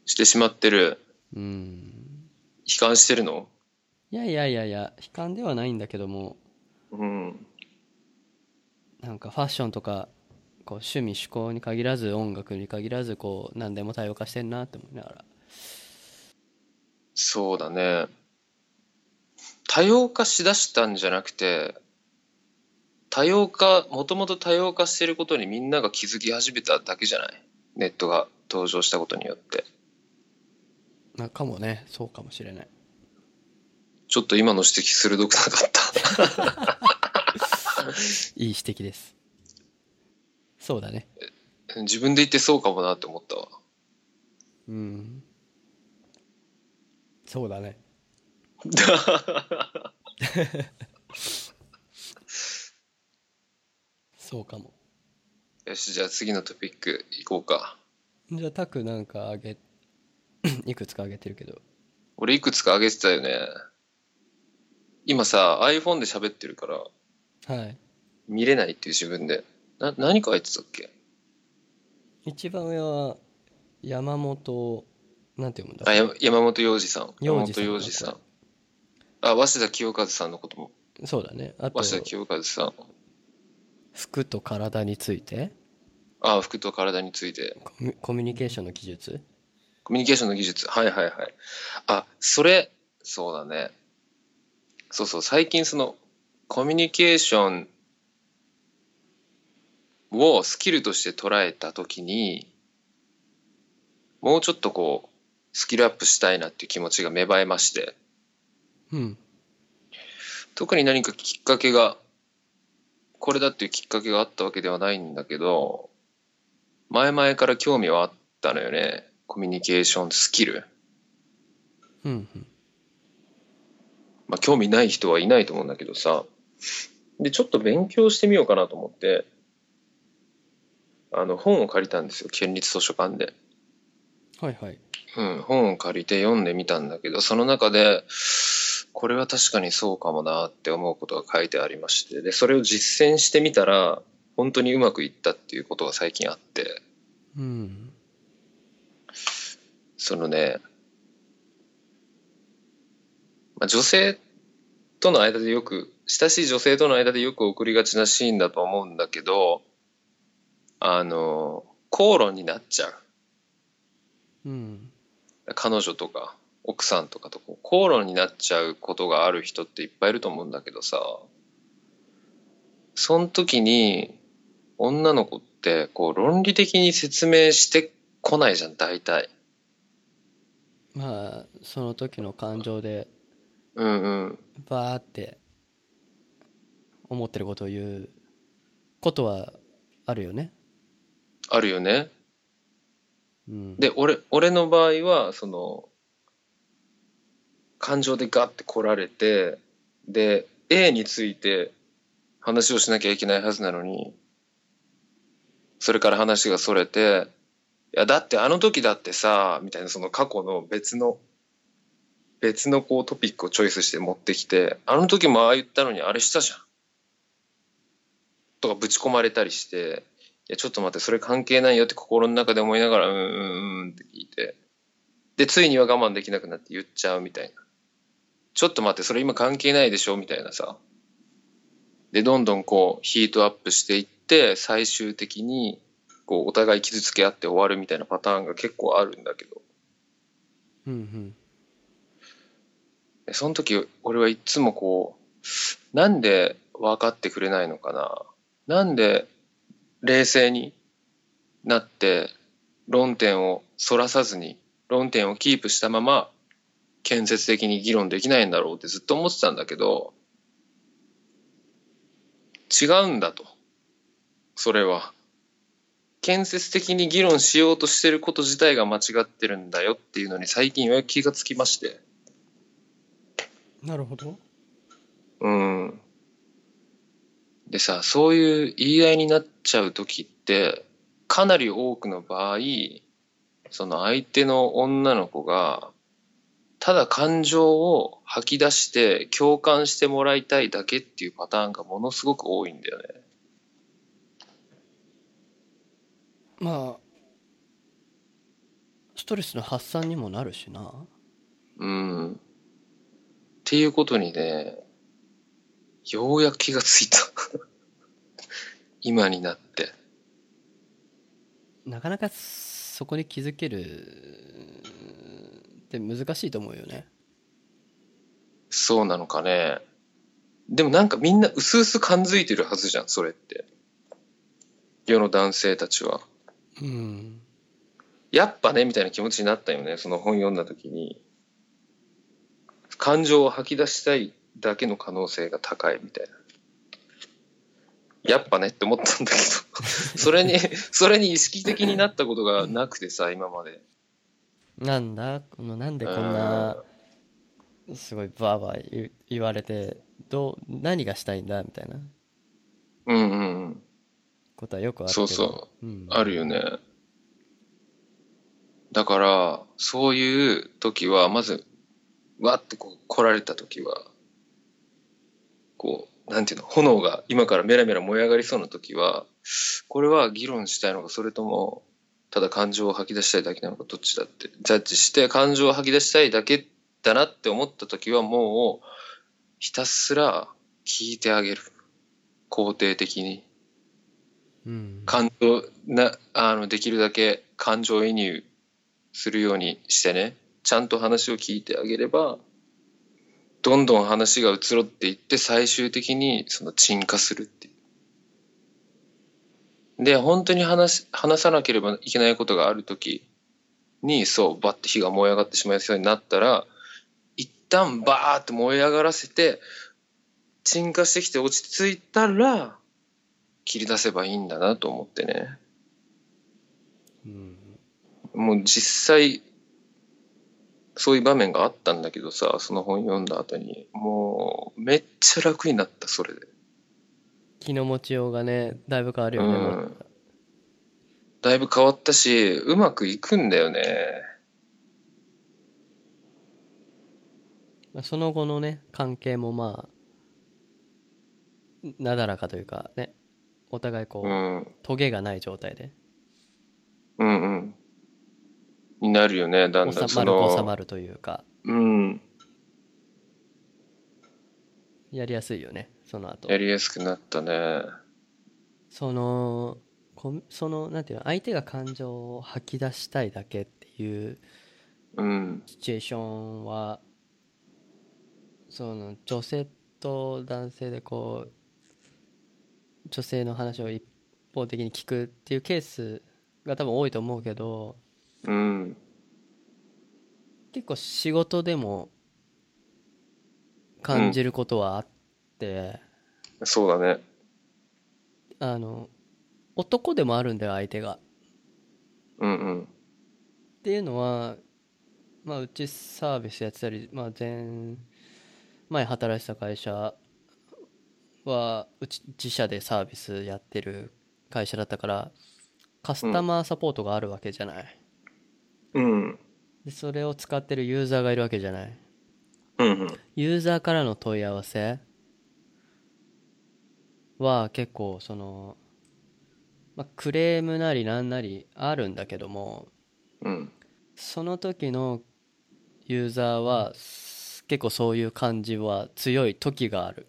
A: してしまってる
B: うん
A: 悲観してるの
B: いやいやいやいや悲観ではないんだけども
A: うん
B: なんかファッションとかこう趣味趣向に限らず音楽に限らずこう何でも多様化してんなって思いながら
A: そうだね多様化しだしたんじゃなくて多様化もともと多様化してることにみんなが気づき始めただけじゃないネットが登場したことによって
B: なんかもねそうかもしれない
A: ちょっと今の指摘鋭くなかった
B: いい指摘ですそうだね
A: 自分で言ってそうかもなって思ったわ
B: うんそうだね そうかも
A: よしじゃあ次のトピック行こうか
B: じゃあタクなんかあげ いくつかあげてるけど
A: 俺いくつか上げてたよね今さ iPhone で喋ってるから
B: はい
A: 見れないっていう自分で。な、何書いてたっけ
B: 一番上は山本なんて読むんだ
A: あ、や山本洋二さん。山
B: 洋二さ
A: 本
B: ん
A: 洋二さん。あ、早稲田清和さんのことも。
B: そうだねあと
A: 早稲田清和さん。
B: 服と体について
A: あ、服と体について。
B: コミュコミュニケーションの技術
A: コミュニケーションの技術。はいはいはい。あ、それ、そうだね。そうそう、最近その、コミュニケーションをスキルとして捉えたときに、もうちょっとこう、スキルアップしたいなっていう気持ちが芽生えまして。
B: うん
A: 特に何かきっかけがこれだっていうきっかけがあったわけではないんだけど前々から興味はあったのよねコミュニケーションスキル
B: うんうん
A: まあ興味ない人はいないと思うんだけどさでちょっと勉強してみようかなと思ってあの本を借りたんですよ県立図書館で
B: はいはい
A: うん、本を借りて読んでみたんだけど、その中で、これは確かにそうかもなって思うことが書いてありまして、で、それを実践してみたら、本当にうまくいったっていうことが最近あって、
B: うん
A: そのね、まあ、女性との間でよく、親しい女性との間でよく送りがちなシーンだと思うんだけど、あの、口論になっちゃう。
B: うん
A: 彼女とか奥さんとかとこう口論になっちゃうことがある人っていっぱいいると思うんだけどさその時に女の子ってこう論理的に説明してこないじゃん大体
B: まあその時の感情で
A: うんうん
B: バーって思ってることを言うことはあるよね
A: あるよね
B: うん
A: で俺俺の場合はその感情でガッて来られてで A について話をしなきゃいけないはずなのにそれから話がそれて「いやだってあの時だってさ」みたいなその過去の別の別のこうトピックをチョイスして持ってきて「あの時もああ言ったのにあれしたじゃん」とかぶち込まれたりしていや、ちょっと待って、それ関係ないよって心の中で思いながら、うんうんうんって聞いて。で、ついには我慢できなくなって言っちゃうみたいな。ちょっと待って、それ今関係ないでしょみたいなさ。で、どんどんこう、ヒートアップしていって、最終的に、こう、お互い傷つけ合って終わるみたいなパターンが結構あるんだけど。
B: うんうん
A: でその時、俺はいつもこう、なんで分かってくれないのかななんで冷静になって論点をそらさずに論点をキープしたまま建設的に議論できないんだろうってずっと思ってたんだけど違うんだとそれは建設的に議論しようとしてること自体が間違ってるんだよっていうのに最近ようやく気がつきまして
B: なるほど
A: うんでさそういう言い合いになっちゃう時ってかなり多くの場合その相手の女の子がただ感情を吐き出して共感してもらいたいだけっていうパターンがものすごく多いんだよね。
B: まあストレスの発散にもなるしな
A: うん。っていうことにねようやく気がついた 今になって。
B: なかなかそこに気づけるって難しいと思うよね
A: そうなのかね。でもなんかみんな薄々感づいてるはずじゃん、それって。世の男性たちは。
B: うん
A: やっぱね、みたいな気持ちになったよね、その本読んだ時に。感情を吐き出したいだけの可能性が高いみたいな。やっぱねって思ったんだけど、それに、それに意識的になったことがなくてさ、今まで。
B: なんだこのなんでこんなすごいバーバー言う言われてどう何がしたいんだみたいな
A: うんうんうん。
B: ことはよくあるけ
A: そ
B: ど
A: うそう。
B: う、ん、
A: あるよね。だから、そういう時は、まず、わってこう来られた時は、こう、なんていうの、炎が今からメラメラ燃え上がりそうな時は、これは議論したいのか、それとも、ただ感情を吐き出したいだけなのか、どっちだって、ジャッジして、感情を吐き出したいだけだなって思った時は、もう、ひたすら聞いてあげる。肯定的に。
B: うん、
A: 感情なあのできるだけ感情移入するようにしてねちゃんと話を聞いてあげればどんどん話が移ろっていって最終的にその沈下するっていう。で本当に話し話さなければいけないことがある時にそうバッて火が燃え上がってしまいそうになったら一旦バーって燃え上がらせて沈下してきて落ち着いたら切り出せばいいんだなと思ってね
B: うん
A: もう実際そういう場面があったんだけどさその本読んだ後にもうめっちゃ楽になったそれで
B: 気の持ちようがねだいぶ変わるよね、
A: うんだいぶ変わったしうまくいくんだよね
B: まあその後のね関係もまあなだらかというかねお互いこ
A: う
B: う、
A: ん
B: トゲがない状態で
A: うんうんになるよねだんだん
B: 収
A: そ
B: まる
A: の
B: 収まるというか
A: うん
B: やりやすいよねその後
A: やりやすくなったね
B: そのコミそのなんていうの相手が感情を吐き出したいだけっていう
A: うん
B: シチュエーションはその女性と男性でこう女性の話を一方的に聞くっていうケースが多分多いと思うけど
A: うん
B: 結構仕事でも感じることはあって、
A: そうだね
B: あの男でもあるんだよ相手が。
A: うん
B: っていうのは、まあうちサービスやってたり、まあ、前前働いてた会社はうち自社でサービスやってる会社だったからカスタマーサポートがあるわけじゃない、
A: うん。
B: でそれを使ってるユーザーがいるわけじゃない
A: うんうん。
B: ユーザーからの問い合わせは結構その、まあ、クレームなりなんなりあるんだけども
A: うん。
B: その時のユーザーはす結構そういう感じは強い時がある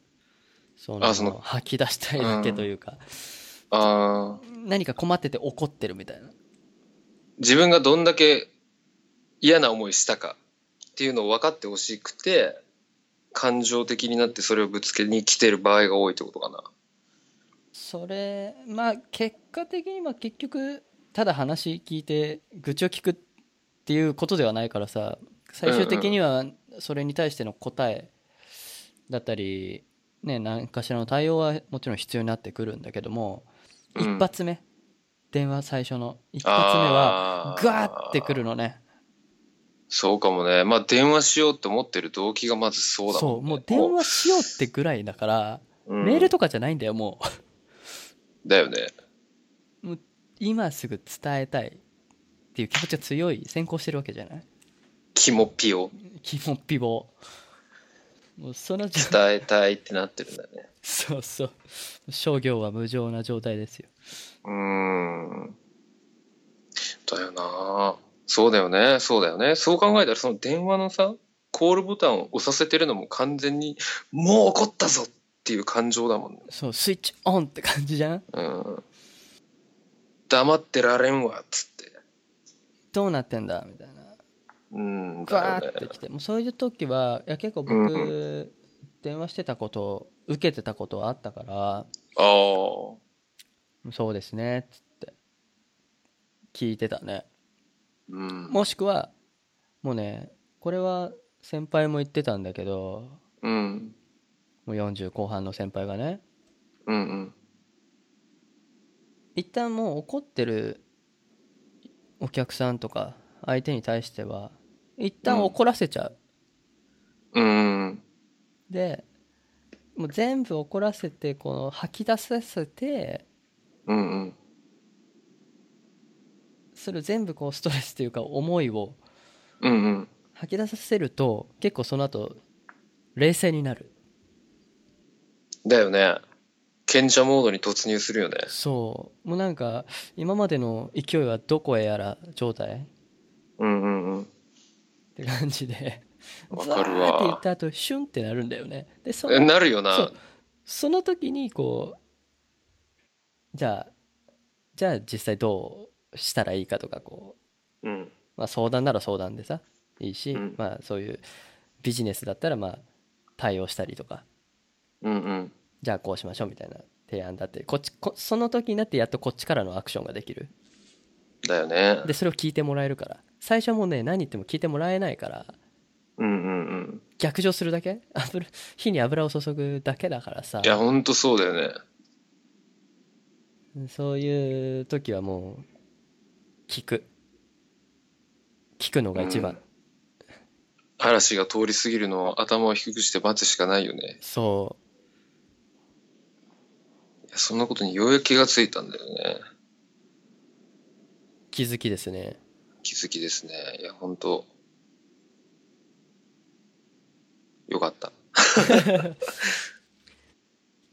B: その
A: あその
B: 吐き出したいだけというか、
A: ああ、
B: 何か困ってて怒ってるみたいな
A: 自分がどんだけ嫌な思いしたかっていうのを分かってほしくて、感情的になってそれをぶつけに来てる場合が多いってことかな。
B: それまあ結果的にまあ結局ただ話聞いて愚痴を聞くっていうことではないからさ最終的にはそれに対しての答えだったり、ね、何かしらの対応はもちろん必要になってくるんだけども、
A: うん
B: 一発目電話最初の一発目は
A: あー
B: ガーってくるのね
A: そうかもね。まあ、電話しようって思ってる動機がまずそうだもんね。
B: そうもう電話しようってぐらいだから、
A: うん
B: メールとかじゃないんだよもう
A: だよね。
B: 今すぐ伝えたいっていう気持ちが強い先行してるわけじゃない
A: キモピを
B: 基本ピボもうその状態
A: 伝えたいってなってるんだね。
B: そうそう商業は無情な状態ですよ
A: うーん。だよなそうだよね。そうだよね。そう考えたら、その電話のさ、コールボタンを押させてるのも完全に、もう怒ったぞっていう感情だもんね。
B: そうスイッチオンって感じじゃん
A: うん。黙ってられんわ、っつって。
B: どうなってんだみたいな
A: うん。
B: ガ
A: だ
B: ー
A: よ
B: って
A: ね。
B: きてもうそういう時はいや結構僕、
A: う
B: 電話してたこと受けてたことはあったから
A: ああ。
B: そうですねっつって聞いてたね
A: うん。
B: もしくはもうねこれは先輩も言ってたんだけど
A: うん。
B: もう40後半の先輩がね
A: うんうん。
B: 一旦もう怒ってるお客さんとか相手に対しては一旦怒らせちゃう、
A: うん。
B: でもう全部怒らせてこの吐き出させて
A: うんうん。
B: それを全部こうストレスというか思いを
A: うんうん。
B: 吐き出させると結構その後冷静になる
A: だよね。賢者モードに突入するよね。
B: そうもうなんか今までの勢いはどこへやら状態
A: うんうんうん。
B: って感じで
A: わかるわ
B: ーって言った後シュンってなるんだよねでその
A: えなるよ
B: そ
A: な
B: う。その時にこうじゃあじゃあ実際どうしたらいいかとかこ
A: うん。
B: う、まあ、相談なら相談でさいいし、
A: うん
B: まあ、そういうビジネスだったらまあ対応したりとか
A: うんうん。
B: じゃあこうしましょうみたいな提案だってこっちこその時になってやっとこっちからのアクションができる
A: だよね。
B: でそれを聞いてもらえるから最初はもうね何言っても聞いてもらえないから
A: うんうんうん。
B: 逆上するだけ 油火に油を注ぐだけだからさ
A: いや、ほんとそうだよね。
B: そういう時はもう聞く聞くのが一番、
A: うん嵐が通り過ぎるのを頭を低くして待つしかないよね。
B: そ
A: いやそんなことにようやく気がついたんだよね。
B: う気づきですね
A: 気づきですね。いや、ほんと。よかった。っ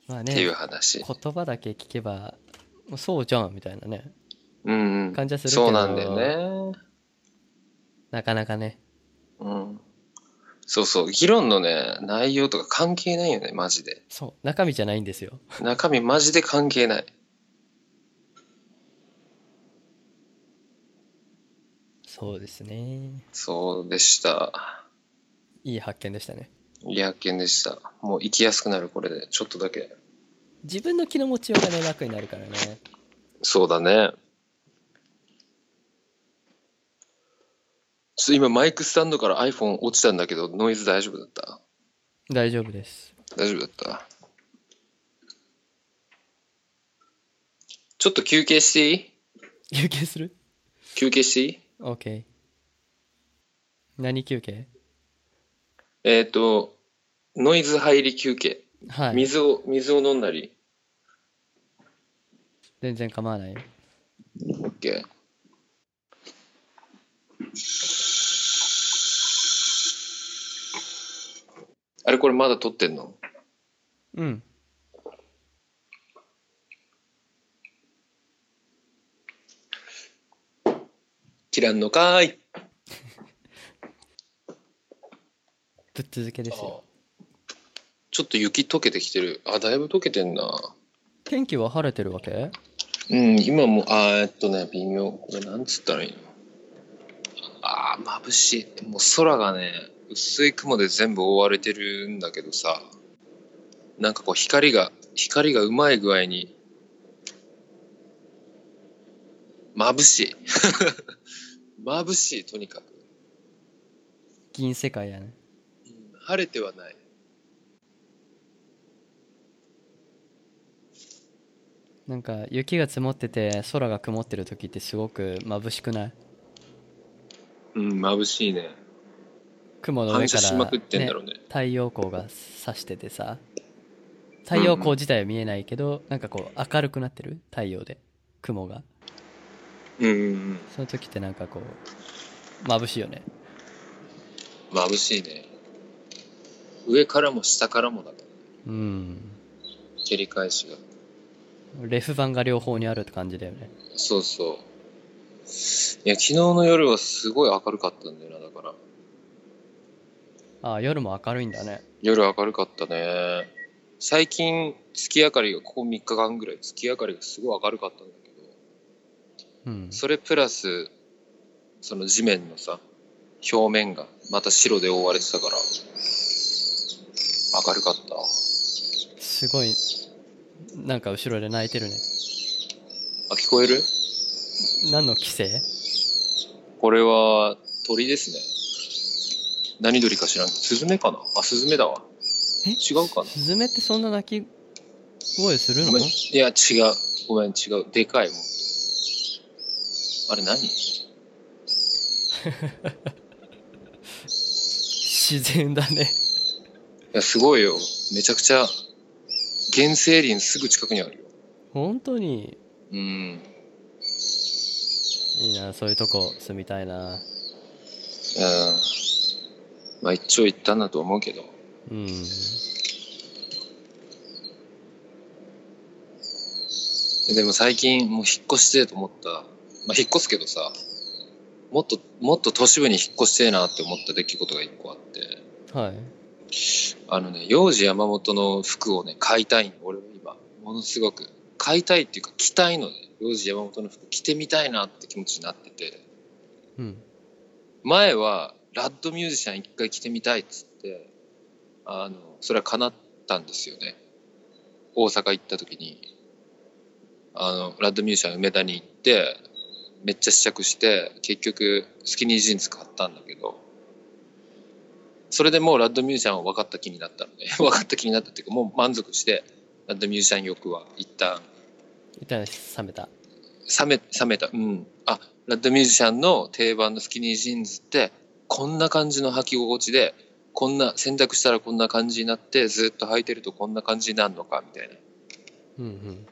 B: まあ
A: ていう
B: ね
A: 話。
B: 言葉だけ聞けばもうそうじゃんみたいなね
A: うんうん。
B: 感じはするけど
A: そうなんだよね。
B: なかなかね
A: うん。そうそう。議論のね、内容とか関係ないよね、マジで。
B: そう中身じゃないんですよ
A: 中身マジで関係ない。
B: そうですね
A: そうでした。
B: いい発見でしたね
A: いい発見でした。もう行きやすくなる、これで。ちょっとだけ。
B: 自分の気の持ちようがね楽になるからね
A: そうだね。ちょっと今マイクスタンドから iPhone 落ちたんだけど、ノイズ大丈夫だった
B: 大丈夫です
A: 大丈夫だったちょっと休憩していい
B: 休憩する
A: 休憩していい
B: ?OK 何休憩
A: えっ、と、ノイズ入り休憩。
B: はい。
A: 水を、水を飲んだり。
B: 全然構わない。
A: OK。あれこれまだ撮ってんの
B: うん。
A: 切らんのかーい。
B: ぶっ続けですよ。
A: ちょっと雪溶けてきてる。あ、だいぶ溶けてんな。
B: 天気は晴れてるわけ
A: うん、今も、あーえっとね、微妙。これなんつったらいいのあー、眩しい。もう空がね、薄い雲で全部覆われてるんだけどさ、なんかこう光が、光がうまい具合に、眩しい。 眩しい、とにかく。
B: 銀世界やね。
A: うん晴れてはない。
B: なんか雪が積もってて空が曇ってる時ってすごく眩しくない
A: うん、眩しいね。
B: 雲の上
A: 反
B: か
A: 射
B: ら、
A: しまくってんだ
B: ね
A: ろうね。
B: 太陽光が差しててさ太陽光自体は見えないけど、なんかこう明るくなってる太陽で雲が
A: うんうん
B: その時ってなんかこう眩しいよね
A: うん。眩しいね。上からも下からもだけど、
B: うん
A: 照り返しが。
B: レフ板が両方にあるって感じだよね
A: そうそう。いや、昨日の夜はすごい明るかったんだよな、だから。
B: ああ夜も明るいんだね
A: 夜明るかったね。最近、月明かりが、ここ3日間ぐらい、月明かりがすごい明るかったんだけど、
B: うん
A: それプラス、その地面のさ、表面がまた白で覆われてたから、明るかった。
B: すごいなんか後ろで泣いてるね
A: あ、聞こえる
B: 何の規制
A: これは鳥ですね。何鳥か知らんけど、スズメかなあ、スズメだわ。
B: え
A: 違うかな
B: スズメってそんな鳴き声する
A: ご
B: の
A: めん。いや、違う。ごめん、違う。でかいもん。あれ何
B: 自然だね
A: いや、すごいよ。めちゃくちゃ、原生林すぐ近くにあるよ。
B: 本当に
A: うん。
B: いいなそういうとこ住みたいな
A: まあ、一長一短だと思うけど。
B: うん
A: でも最近、もう引っ越してえと思った。まあ、引っ越すけどさ、もっと、もっと都市部に引っ越してえなって思った出来事が一個あって、
B: はい
A: あのね、幼児山本の服をね、買いたいの。俺は今、ものすごく。買いたいっていうか、着たいのね。幼児山本の服着てみたいなって気持ちになってて。
B: うん
A: 前はラッドミュージシャン一回着てみたいっつってあのそれは叶ったんですよね大阪行った時にあのラッドミュージシャン梅田に行ってめっちゃ試着して結局スキニージーンズ買ったんだけどそれでもうラッドミュージシャンは分かった気になったのね 分かった気になったっていうかもう満足してラッドミュージシャン欲は一旦
B: 一旦冷めた
A: 冷め、冷めた。うん。あ、ラッドミュージシャンの定番のスキニージーンズって、こんな感じの履き心地で、こんな、洗濯したらこんな感じになって、ずっと履いてるとこんな感じになるのか、みたいな。
B: うんうん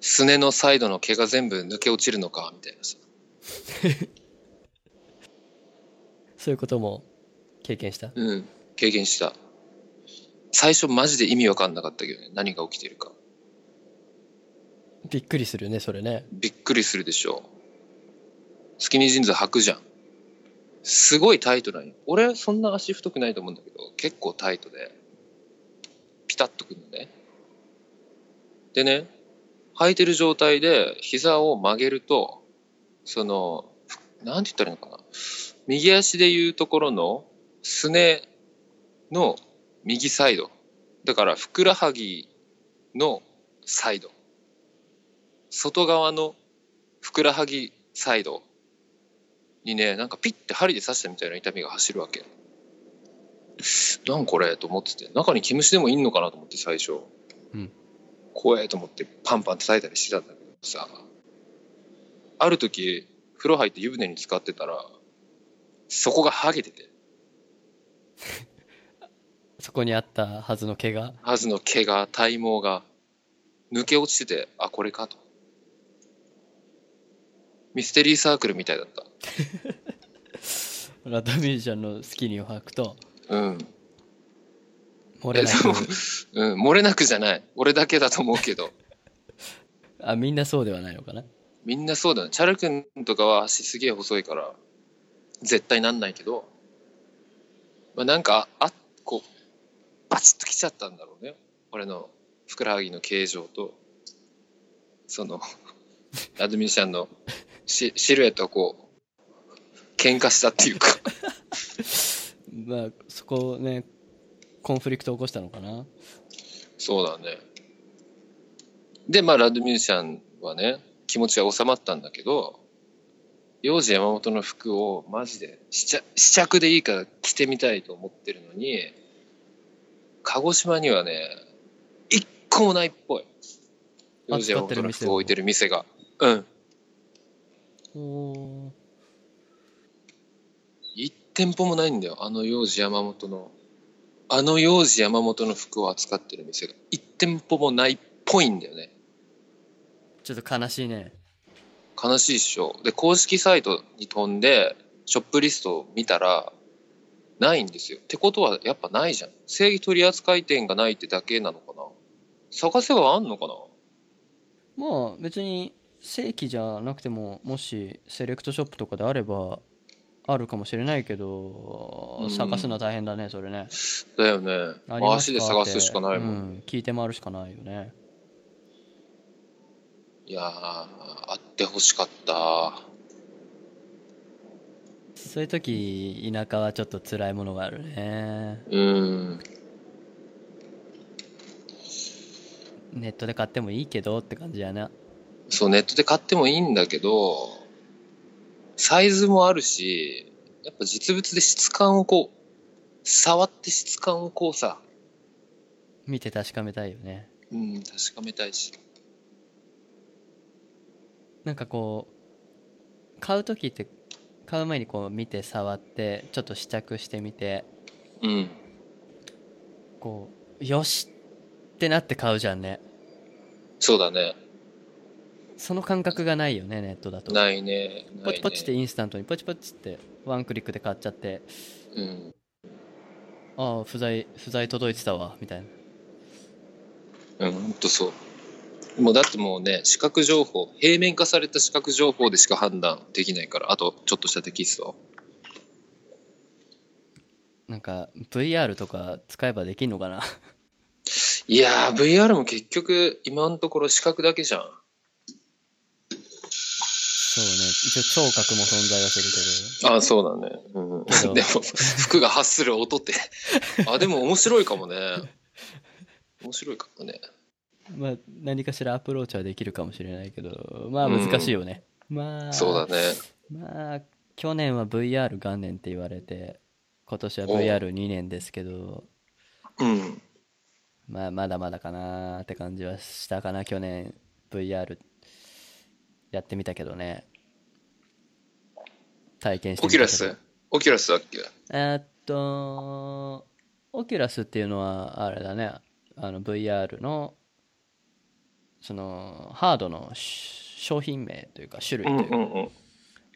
A: すねのサイドの毛が全部抜け落ちるのか、みたいなさ。
B: そういうことも経験した
A: うん。経験した。最初マジで意味わかんなかったけどね。何が起きてるか。
B: びっくりするねそれね
A: びっくりするでしょう。スキニージーンズ履くじゃん。すごいタイトなんよ。俺、そんな足太くないと思うんだけど、結構タイトで、ピタッとくるのね。でね、履いてる状態で、膝を曲げると、その、なんて言ったらいいのかな。右足でいうところの、すねの右サイド。だから、ふくらはぎのサイド。外側のふくらはぎサイドにねなんかピッて針で刺したみたいな痛みが走るわけなんこれと思ってて中に毛虫でもいんのかなと思って最初、
B: うん
A: 怖えと思ってパンパン叩いたりしてたんだけどさある時風呂入って湯船に浸かってたらそこがハゲてて、
B: そこにあったはずの毛が
A: はずの毛が、体毛が、抜け落ちてて、あ、これかと。ミステリーサークルみたいだった。
B: ラタミュージシャンのスキニーを履くと
A: うん。
B: 漏れな
A: えでも
B: く
A: うん、漏れなくじゃない。俺だけだと思うけど。
B: あみんなそうではないのかな
A: みんなそうだね。チャル君とかは足すげえ細いから、絶対なんないけど、まあ、なんか、あ、こう、バチッと来ちゃったんだろうね。俺のふくらはぎの形状と、その、 ラドミュージシャンのシシルエットをこう、喧嘩したっていうか、
B: まあそこをねコンフリクトを起こしたのかな
A: そうだね。で、まあ、ラドミュージシャンはね、気持ちは収まったんだけど、幼児山本の服をマジで試着試着でいいから着てみたいと思ってるのに、鹿児島にはね、一個もないっぽい。幼児山本の服を置いてる店が。うん。
B: おー
A: 一店舗もないんだよ。あの幼児山本の、あの幼児山本の服を扱ってる店が。一店舗もないっぽいんだよね。
B: ちょっと悲しいね
A: 悲しいっしょで公式サイトに飛んでショップリストを見たらないんですよってことはやっぱないじゃん正義取扱店がないってだけなのかな探せばあんのかな
B: まあ別に正規じゃなくてももしセレクトショップとかであればあるかもしれないけど、
A: うん
B: 探すのは大変だねそれね
A: だよね
B: あります
A: 足で探すしかないもん、
B: ってうん聞いて回るしかないよね
A: いやーあってほしかった
B: そういう時田舎はちょっと辛いものがあるね
A: うん
B: ネットで買ってもいいけどって感じやな
A: そう、ネットで買ってもいいんだけど、サイズもあるし、やっぱ実物で質感をこう、触って質感をこうさ、
B: 見て確かめたいよね
A: うん、確かめたいし。
B: なんかこう買う時って買う前にこう見て触ってちょっと試着してみて
A: うん。
B: こうよしってなって買うじゃんね
A: そうだね。
B: その感覚がないよねネットだと
A: ないね。ないね
B: ポチポチってインスタントにポチポチってワンクリックで買っちゃって
A: うん。
B: ああ不在不在届いてたわみたいな
A: うん、ほんとそう。もうだってもうね、視覚情報、平面化された視覚情報でしか判断できないから、あとちょっとしたテキスト。
B: なんか VR とか使えばできんの かな
A: いやー、VR も結局、今のところ視覚だけじゃん。
B: そうね一応聴覚も存在はする
A: あそうだね。うん、
B: けど
A: でも、服が発する音って。あ、でも面白いかもね。面白いかもね。
B: けどまあ何かしらアプローチはできるかもしれないけどまあ難しいよね、まあ
A: そうだね。
B: まあ去年は VR 元年って言われて今年は VR2 年ですけど
A: うん。
B: まあまだまだかなーって感じはしたかな去年 VR やってみたけどね体験して
A: オ
B: み
A: キュラ
B: たけど
A: スオキュラスだっけ
B: えーっとオキュラスっていうのはあれだねあの VR のそのハードのし商品名というか種類
A: う
B: と
A: ん
B: いうか、
A: うんうん。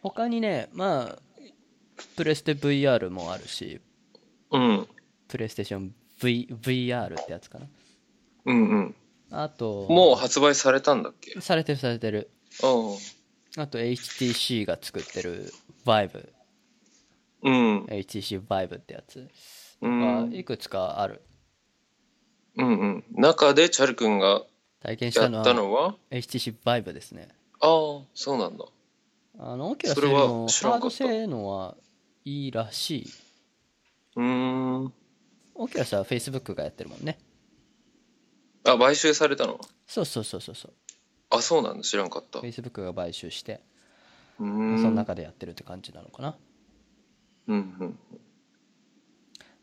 B: 他にねまあプレステ VR もあるし
A: うん。
B: プレイステーション、v、VR ってやつかな
A: うんうん。
B: あと
A: もう発売されたんだっけ
B: されてるされてる
A: う
B: あと HTC が作ってる Vive
A: ん。うん。
B: HTC Vive ってやつ
A: う
B: が
A: ん。
B: いくつかある
A: うんうん。中でチャル君が
B: 体験し
A: や
B: た
A: っ
B: の
A: た
B: は
A: のは
B: HTC Vive ですね
A: ああ、そうなんだ。
B: あのオキュラス
A: それ
B: より
A: は
B: も
A: 知らん
B: ハ
A: か
B: ー
A: った
B: ド性能はいいらしいう
A: ーん。
B: オキュラスは Facebook がやってるもんね
A: あ、買収されたの
B: そうそうそうそうそう
A: あ、そうなんだ。知らんかった。う
B: Facebook が買収して
A: ー
B: そ
A: ん。
B: の中でやってるって感じなのかな
A: うんうん。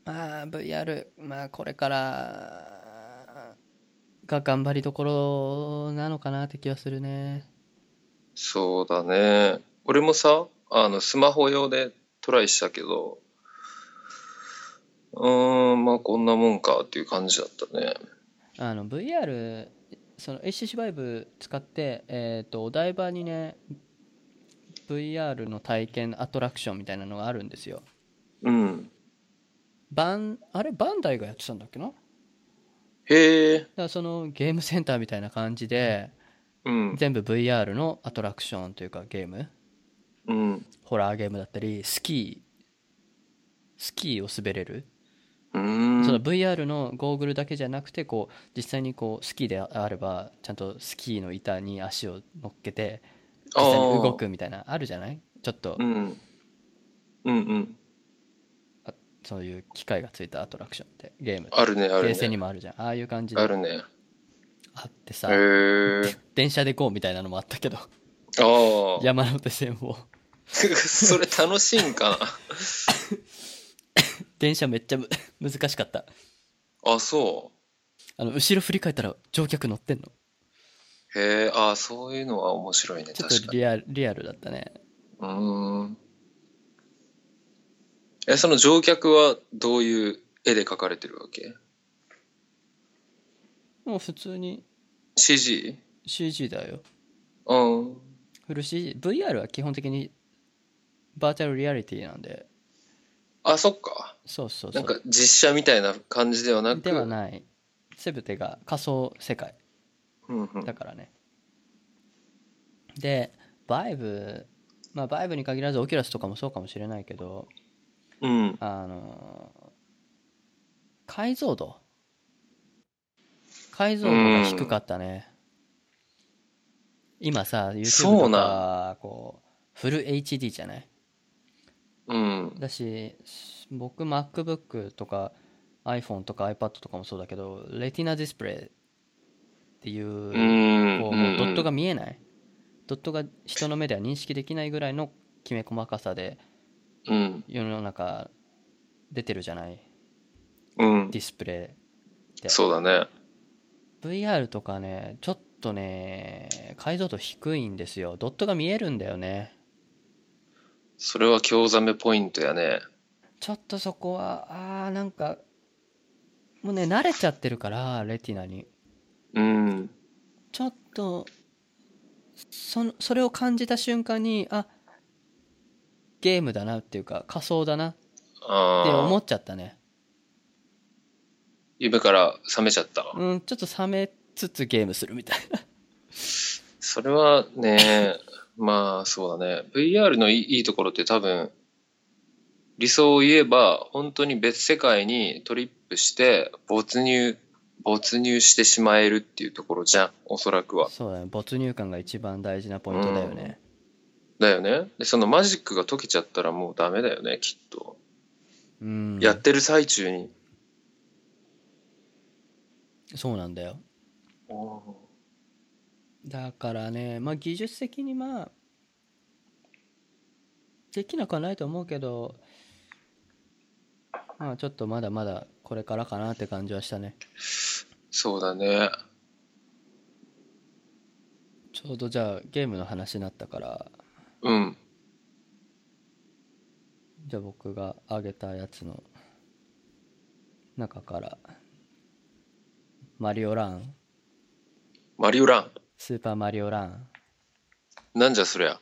B: まあ VR まあこれからが頑張りどころなのかなって気はするね
A: そうだね。俺もさ、あの、スマホ用でトライしたけど、うーん、まあこんなもんかっていう感じだったね。
B: あの VR その HTC バイブ使って、えー、とお台場にね VR の体験アトラクションみたいなのがあるんですよ
A: うん。
B: バンあれバンダイがやってたんだっけなだか
A: へえ。
B: らそのゲームセンターみたいな感じで
A: うん。
B: 全部 VR のアトラクションというかゲーム
A: うん。
B: ホラーゲームだったりスキースキーを滑れる、
A: う
B: その
A: ん。
B: VR のゴーグルだけじゃなくてこう実際にこうスキーであればちゃんとスキーの板に足を乗っけて実際に動くみたいなあるじゃないちょっと
A: うん。うんうん。
B: そういう機械がついたアトラクションってゲーム
A: あるね、あ
B: 平
A: る
B: 成に
A: ね。
B: もあるじゃんああいう感じで
A: あるね。
B: あっ
A: へ
B: てさ
A: え。
B: 電車で GO みたいなのもあったけど
A: ああ。
B: 山手線を
A: それ楽しいんか
B: 電車めっちゃむ 難しかった
A: な。あ、そ
B: あの後ろ振り返ったら乗客乗ってんの
A: う。へえ。ああ、そういうのは面白いね、
B: ちょっ
A: 確
B: と
A: かに。
B: リアルリアルだったね
A: うーん。え、その乗客はどういう絵で描かれてるわけ
B: もう普通に
A: ?CG?
B: CG だよ
A: うん。
B: フル CGVR は基本的にバーチャルリアリティなんで
A: あ、そっか。
B: そうそうそ
A: なんか
B: う
A: 実写みたいな感じではなく。
B: ではない全てが仮想世界
A: うんうん
B: だからね。で、バイブ、まあ、バイブに限らず、オキュラスとかもそうかもしれないけど、
A: うん。
B: あのー解像度。解像度が低かったね。今さ、YouTube
A: そう
B: と
A: な
B: か、こう、フル HD じゃない
A: うん。
B: だし、僕、MacBook とか iPhone とか iPad とかもそうだけど、レティナディスプレイっていう、
A: うん。
B: こうもうドットが見えない、ドットが人の目では認識できないぐらいのきめ細かさで
A: うん。
B: 世の中出てるじゃない
A: うん。
B: ディスプレ
A: そうだね。
B: イ VR とかねちょっとね解像度低いんですよドットが見えるんだよね
A: それは興ざめポイントやね。
B: ちょっとそこはあーなんかもうね慣れちゃってるからレティナに
A: うん。
B: ちょっとそのそれを感じた瞬間にあゲームだなっていうか仮想だなって思
A: ああ。
B: っちゃったね
A: 夢から覚めちゃった。
B: うん、ちょっと冷めつつゲームするみたいな。
A: それはね、まあそうだね。VR のいいいいところって多分、理想を言えば、本当に別世界にトリップして、没入、没入してしまえるっていうところじゃん、おそらくは。
B: そうだね、没入感が一番大事なポイントだよね。
A: だよね。で、そのマジックが解けちゃったらもうダメだよね、きっと。
B: うん、
A: やってる最中に。
B: そうなんだよ。だからね、まあ技術的にまあ、できなくはないと思うけど、まあちょっとまだまだこれからかなって感じはしたね。
A: そうだね。
B: ちょうどじゃあゲームの話になったから、
A: うん。
B: じゃあ僕があげたやつの中から、マリオラン、
A: マリオラン。
B: スーパーマリオラン、
A: なんじゃそりゃ。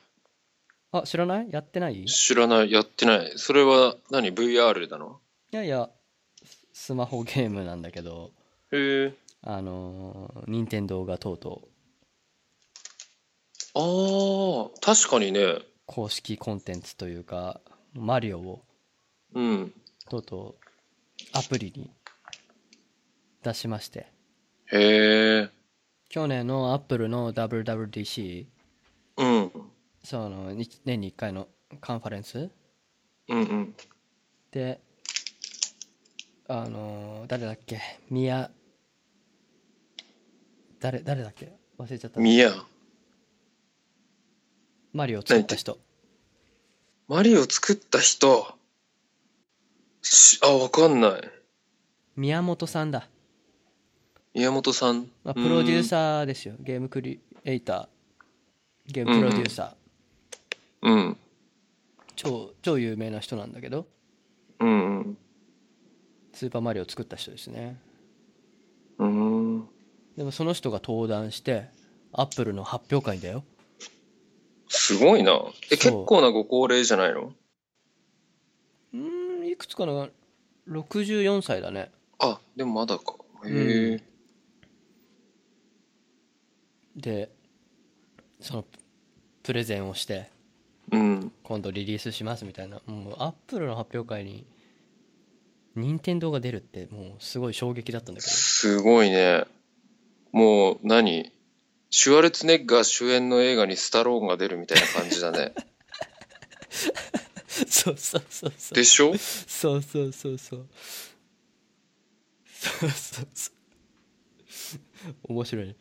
B: あ、知らないやってないい
A: 知らない、やってない。それは何 ?VR なの
B: やいや、ススマホゲームなんだけど、
A: へえ。
B: あのー、任天堂がとうとう
A: ああ、確かにね。
B: 公式コンテンツというか、マリオを
A: うん。
B: とうとうアプリに出しまして、
A: へえ。
B: 去年のアップルの WWDC、
A: うん。
B: その、に年に1回のカンファレンス
A: うんうん。
B: で、あのー、誰だっけ宮、誰、誰だっけ忘れちゃった。
A: ミヤ。
B: マリオを作った人。
A: マリオ作った人。しあ、わかんない。
B: 宮本さんだ、
A: 宮本さん。
B: まあ、プロデュー
A: ー。
B: サーですよゲームクリエイターゲームプロデューサー、
A: うん。
B: 超超有名な人なんだけど
A: うん
B: 「スーパーマリオ」を作った人ですね
A: うん。うん。
B: でもその人が登壇してアップルの発表会だよ
A: すごいな。え、結
B: そう
A: 構なご高齢じゃないの
B: うーんいくつかな64歳だね
A: あ、でもまだか。へえ。
B: でそのプレゼンをして
A: うん。
B: 今度リリースしますみたいなもうアップルの発表会に任天堂が出るってもうすごい衝撃だったんだけど
A: すごいね。もう何、シュワルツェネッガー主演の映画にスタローンが出るみたいな感じだ ね。
B: そうそうそうそう
A: でしょ
B: そうそうそうそうそうそうそう面白いね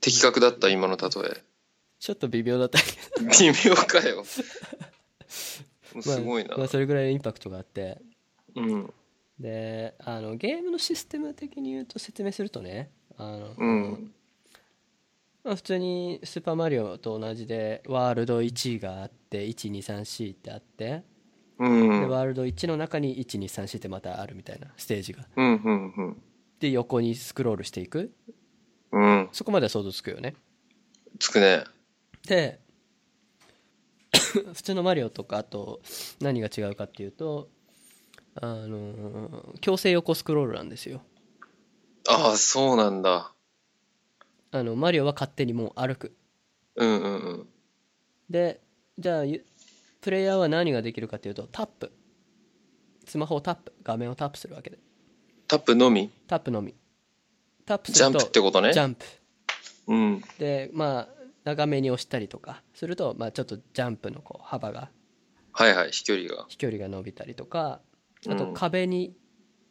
A: 的確だった、今の例え。
B: ちょっと微妙だったけ
A: 微妙かよ。 もう
B: ど
A: すごいな。
B: まあまあそれぐらいのインパクトがあって
A: うん。
B: であのゲームのシステム的に言うと説明するとねあの、
A: うん。
B: まあ、普通に「スーパーマリオ」と同じでワールド1があって1234ってあって
A: う
B: で
A: ん。うん
B: ワールド1の中に1234ってまたあるみたいなステージが
A: うん。
B: で横にスクロールしていく
A: うん。うん。
B: そこまでは想像つくよね
A: つくね。
B: で 普通のマリオとかあと何が違うかっていうとあのー強制横スクロールなんですよ
A: ああ、そうなんだ。
B: あのマリオは勝手にもう歩く
A: うんうんうん。
B: でじゃあゆプレイヤーは何ができるかっていうとタップスマホをタップ画面をタップするわけで
A: タップのみ
B: タップのみタップす
A: ジャ
B: る
A: ン
B: と
A: プってことね
B: ジ。ャンプ
A: うん。
B: でまあ長めに押したりとかすると、まあ、ちょっとジャンプのこう幅が
A: はいはい、飛距離が。
B: 飛距離が伸びたりとかあ
A: う
B: と
A: ん
B: 壁に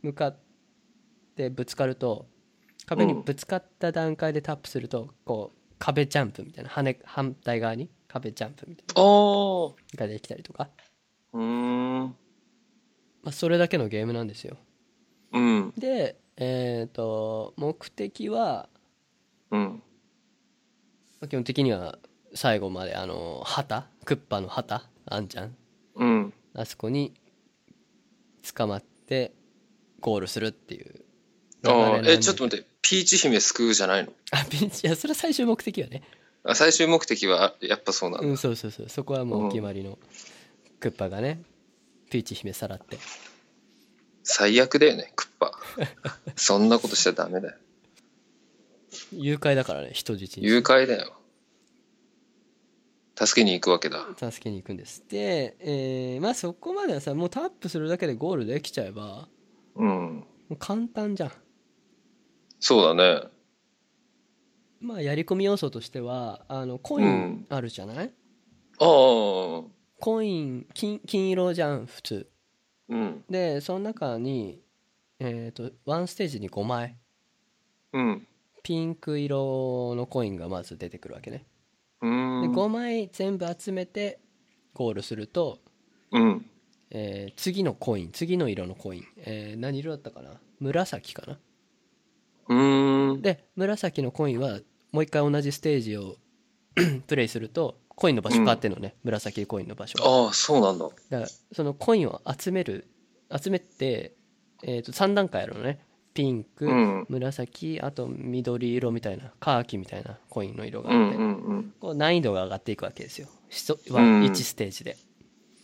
B: 向かってぶつかると壁にぶつかった段階でタップするとこう壁ジャンプみたいな跳ね反対側に壁ジャンプみたい
A: ああ。う
B: なのができたりとか、
A: ーん。
B: まあ、それだけのゲームなんですよ
A: うん。
B: でえっ、と目的は
A: うん。
B: まあ基本的には最後まであの旗クッパの旗あんちゃん
A: うん。
B: あそこに捕まってゴールするっていう流れ
A: あ
B: なん
A: あ、
B: で
A: え、ちょっと待って、ピーチ姫救うじゃないの
B: あピンチいやそれは最終目的よね
A: あ最終目的は、あやっぱそうなんだ。
B: うんそうそうそうそこはもう
A: うん
B: お決まりのクッパがねピーチ姫さらって
A: 最悪だよね、クッ パ。そんなことしちゃダメだよ。
B: 誘拐だからね人質に
A: 誘拐だよ。助けに行くわけだ。
B: 助けに行くんですで、えーまあそこまではさもうタップするだけでゴールできちゃえば
A: うん。
B: もう簡単じゃん
A: そうだね。
B: まあやり込み要素としてはあのコイ
A: うん
B: ンあるじゃない、
A: ああ、
B: コイン金金色じゃん普通
A: うん。
B: でその中にえっ、とワンステージに5枚
A: うん。
B: ピンク色のコインがまず出てくるわけね
A: う
B: で
A: ん。
B: 5枚全部集めてゴールすると、
A: うん。
B: えー次のコイン次の色のコイン、えー何色だったかな紫かな
A: うん。
B: で紫のコインはもう一回同じステージを プレイするとコインの場所変わってんのね、紫コインの場所が
A: ああ、そうなんだ。
B: だからそのコインを集める集めて、えー、と3段階あるのねピンク、
A: うん。
B: 紫あと緑色みたいなカーキみたいなコインの色が
A: う
B: あっ
A: ん
B: て、
A: うんうん。
B: こう難易度が上がっていくわけですよ
A: うん
B: 1ステージで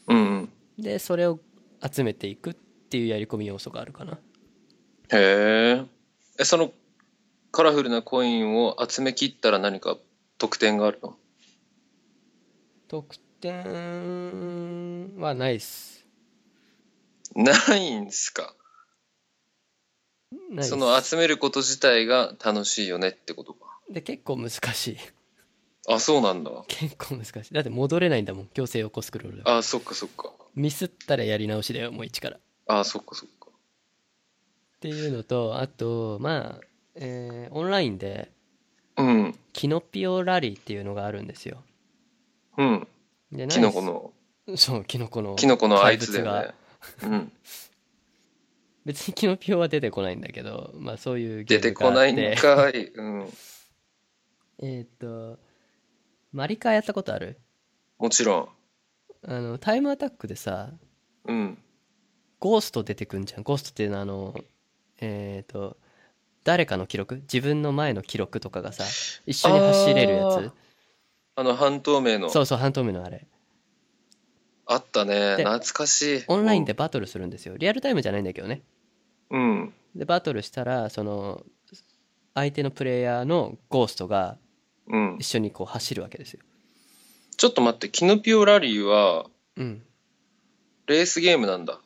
A: うんうん。
B: でそれを集めていくっていうやり込み要素があるかな
A: へえ。え、そのカラフルなコインを集め切ったら何か特典があるの
B: 得点はないっす
A: ないんですか
B: ないっす
A: その集めること自体が楽しいよねってことか。
B: で結構難しい
A: あ、そうなんだ。
B: 結構難しいだって戻れないんだもん強制横スクロールだから
A: あ、そっかそっか。
B: ミスったらやり直しだよもう一から
A: あ、そっかそっか。
B: っていうのとあとまあ、えーオンラインで
A: うん。
B: キノピオラリーっていうのがあるんですよ
A: うん。
B: で
A: キノコの、
B: そうキノコの
A: キノコのあいつだ
B: 怪
A: よ
B: 物が
A: ね。 うん。
B: 別にキノピオは出てこないんだけどまあそういうゲ
A: 出て
B: ームがあ
A: こ
B: って
A: ないんかい。うん。
B: えーっとマリカやったことある
A: もちろん。
B: あのタイムアタックでさ
A: うん。
B: ゴースト出てくんじゃんゴーストっていうのはあのえっ、と誰かの記録自分の前の記録とかがさ一緒に走れるやつ
A: あの、半透明の。
B: そうそう半透明のあれ
A: あったね。
B: で
A: 懐かしい。
B: オンラインでバトルするんですよリアルタイムじゃないんだけどね
A: うん。
B: でバトルしたらその相手のプレイヤーのゴーストが
A: うん。
B: 一緒にこう走るわけですよ
A: ちょっと待って、キノピオラリーは、
B: うん
A: レースゲームなんだ。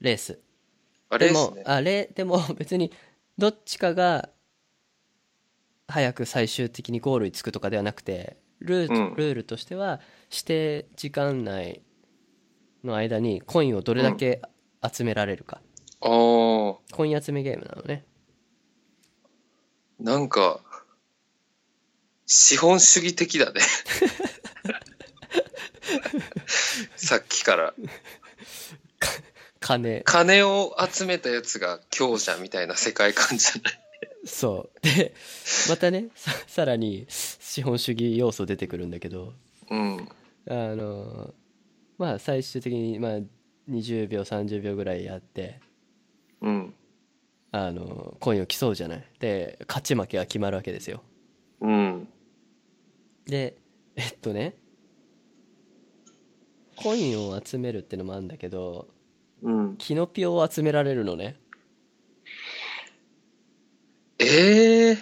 B: レース
A: あ、レ
B: で
A: ース
B: も
A: ね。
B: あれでも 別にどっちかが早く最終的にゴールにつくとかではなくてルー,、
A: うん
B: ルールとしては指定時間内の間にコインをどれだけ集められるか、
A: あー、
B: コイン集めゲームなのね
A: なんか、資本主義的 だね。さっきから。
B: 金
A: 金を集めたやつが強者みたいな世界観じゃない。
B: そう でまたね ささらに資本主義要素出てくるんだけど
A: うん。
B: あのまあ最終的に、まあ、20秒30秒ぐらいやって
A: うん。
B: あのコインを競うじゃないで勝ち負けが決まるわけですよ
A: うん。
B: でえっとねコインを集めるってのもあるんだけど
A: うん。
B: キノピオを集められるのね
A: ええ
B: っ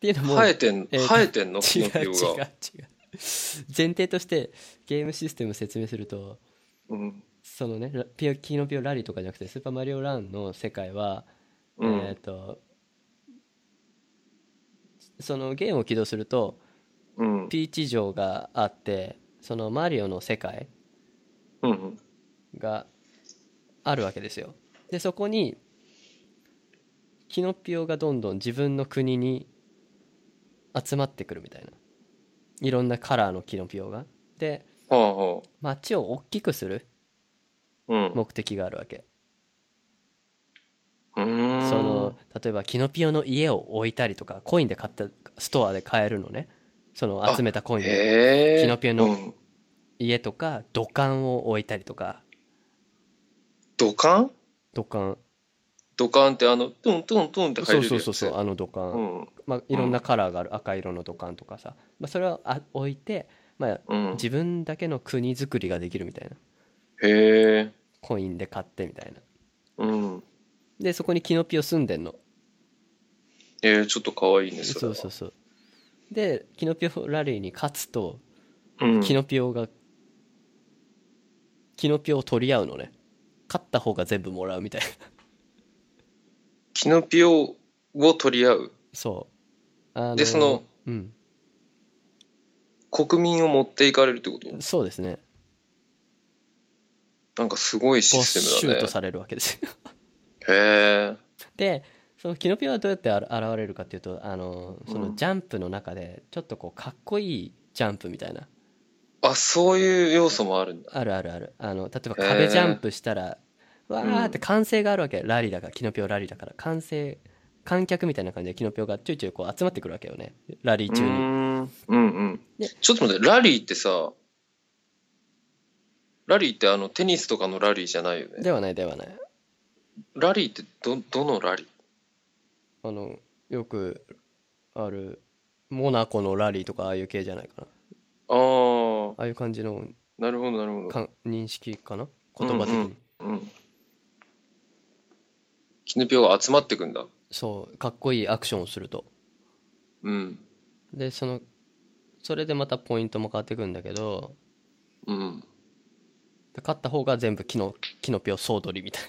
B: ていうの
A: ー、
B: も
A: 生えてん、
B: えー
A: 生えてんのキ
B: 違う
A: ノピ
B: 違う違う
A: オが。
B: 前提としてゲームシステムを説明すると
A: うん。
B: そのねラピオキノピオラリーとかじゃなくて「スーパーマリオラン」の世界は、
A: う
B: えっ、
A: ん。
B: とそのゲームを起動すると
A: うん。
B: ピーチ城があってそのマリオの世界
A: うん。
B: があるわけですよでそこにキノピオがどんどん自分の国に集まってくるみたいないろんなカラーのキノピオがで
A: はあはあ。
B: 街を大きくする
A: うん。う
B: 目的があるわけ
A: ーん。
B: その例えばキノピオの家を置いたりとかコインで買ったストアで買えるのねその集めたコインで
A: へえ。
B: キノピオの
A: うん
B: 家とか土管を置いたりとか
A: 土管
B: 土管
A: 土管ってあの、トゥントゥントゥンって
B: そ
A: 入
B: う
A: れる
B: そ
A: や
B: う
A: つ。
B: そうそうあの土管、
A: うん。
B: まあ、いろんなカラーがある、赤色の土管とかさ、まあ、それはあ置いて、まあ、
A: うん。
B: 自分だけの国づくりができるみたいな
A: へえ。
B: コインで買ってみたいな
A: うん。
B: でそこにキノピオ住んでんの
A: えー、ちょっと可愛いね、それ
B: そう
A: は。
B: そうそうでキノピオラリーに勝つと
A: うん。
B: キノピオがキノピオを取り合うのね勝った方が全部もらうみたいな
A: キノピオを取り合う。
B: そうあ
A: でその
B: うん
A: 国民を持っていかれるってこと
B: そうですね
A: なんかすごいシ
B: ボ
A: ス
B: スシ
A: テ
B: ュ
A: ム
B: ー
A: だ
B: ト
A: ね。
B: されるわけですよ
A: へえ。
B: でそのキノピオはどうやってあら現れるかっていうとあのそうの
A: ん
B: ジャンプの中でちょっとこうかっこいいジャンプみたいな
A: あ、そういう要素もあるんだ。
B: あるあるあるあの例えば
A: へー
B: 壁ジャンプしたら、わーっ
A: う
B: て
A: ん
B: 歓声があるわけラリーだからキノピオラリーだから歓声観客みたいな感じでキノピオがちょいちょいこう集まってくるわけよねラリー
A: うー
B: 中に
A: ん。うんうん
B: で。
A: ちょっと待って、ラリーってさ、ラリーってあのテニスとかのラリーじゃないよね。
B: ではないではない
A: ラリーってど、どのラリー
B: あのよくあるモナコのラリーとかああいう系じゃないかな
A: あ
B: ああいう感じ
A: あ、
B: の
A: なるほどなるほど。
B: か認識かな言葉的に、
A: うんうん。キノピオが集まってくんだ。
B: そうかっこいいアクションをすると
A: うん。
B: でそのそれでまたポイントも変わってくるんだけど
A: うん。
B: で勝った方が全部キノキノピオ総取りみたい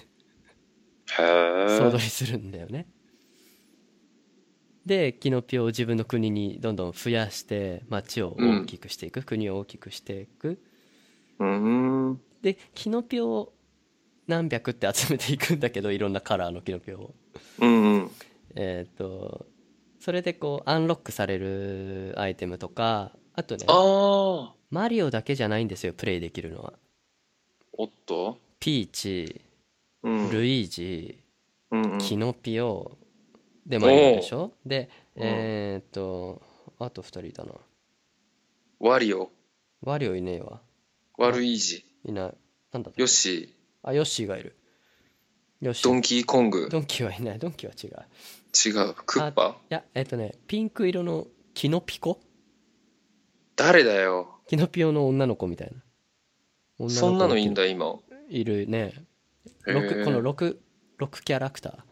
A: へ
B: な
A: え。
B: 総取りするんだよねでキノピオを自分の国にどんどん増やして町を大きくしていく、国を大きくしていく
A: うーん。
B: でキノピオを何百って集めていくんだけどいろんなカラーのキノピオを
A: うんうん。
B: えっ、とそれでこうアンロックされるアイテムとかあとね
A: ああ。
B: マリオだけじゃないんですよプレイできるのは
A: おっと。
B: ピーチ
A: うん。
B: ルイージ、
A: うんうん、
B: キノピオでマリオでしょで、
A: うん
B: えーっとあと2人いたな
A: ワリオ。
B: ワリオいねえわ
A: 悪い字、
B: いない。なんだった
A: ヨッシ
B: あ、ヨッシーがいる。ヨッ
A: ー、
B: シ
A: ド
B: ー。
A: ンキーコング、
B: ドンキはいない。ドンキは違う。い
A: 違う、クッパ、
B: や、えっとね、ピンク色のキノピコ
A: 誰だよ。
B: キノピオの女の子みたいな。女子
A: そんなのいいんだ、今。
B: いるね。
A: へー
B: 六この6、六キャラクタ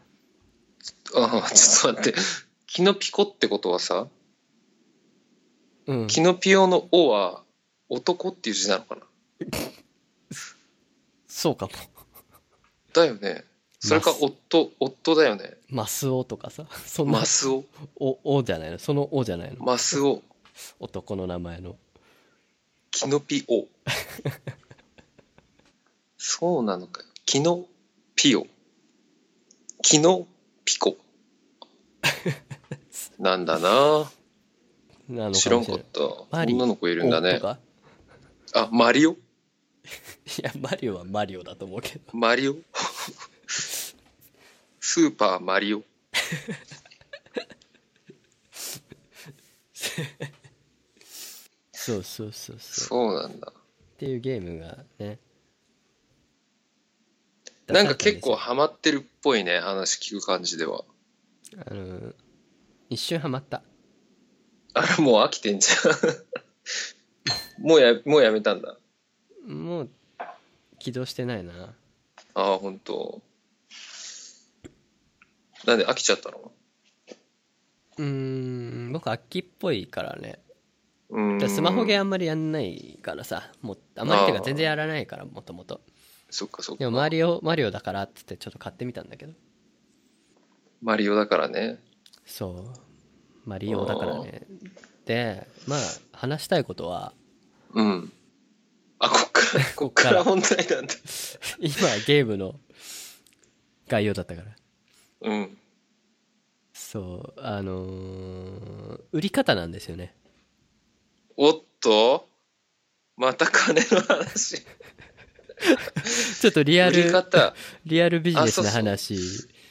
B: ー。
A: ああ、ちょっと待って。キノピコってことはさ、
B: うん。
A: キノピオの「お」は男っていう字なのかな
B: そうかも。
A: だよね。それか
B: マス
A: 夫、夫だよね。
B: マスオとかさ。そんな
A: マ、スオ、
B: お、おじゃないの。そのおじゃないの。
A: マスオ、
B: 男の名前の。
A: キノピ オ。そうなのかよ。キノピオ。キノピ コ。なんだな
B: なのかもし
A: 知
B: れ
A: ら
B: なん
A: か
B: い
A: っ。た。
B: マリ
A: 女の子いるんだ
B: お
A: ね
B: と。か
A: あ、マリオ
B: いや、マリオはマリオだと思うけど。
A: マリオ スーパーマリオ。
B: そうそうそうそう。
A: そうなんだ。
B: っていうゲームがね。
A: なんか結構ハマってるっぽいね、話聞く感じでは。
B: あの、一瞬ハマった。
A: あれもう飽きてんじゃん。 もうや、もうやめたんだ。
B: もう、起動してないな。
A: ああ、本当。なんで飽きちゃったの
B: うーん、僕、秋っぽいからね。
A: うーん。
B: スマホゲー
A: ー
B: あんまりやんないからさ、もう、あんまりっていうか全然やらないから、もともと。
A: そっかそっ
B: で
A: か。
B: も、マリオ、マリオだからって言って、ちょっと買ってみたんだけど。
A: マリオだからね。
B: そう。マリオだからね。で、まあ、話したいことは、
A: うん。あ、こっから、 こっから本題なんだ。
B: 今、ゲームの概要だったから。
A: うん。
B: そう、あのー売り方なんですよね。
A: おっとまた金の話。
B: ちょっとリア
A: 売り
B: ル、
A: 方。
B: リアルビジネス
A: あそ
B: な
A: うそう
B: 話。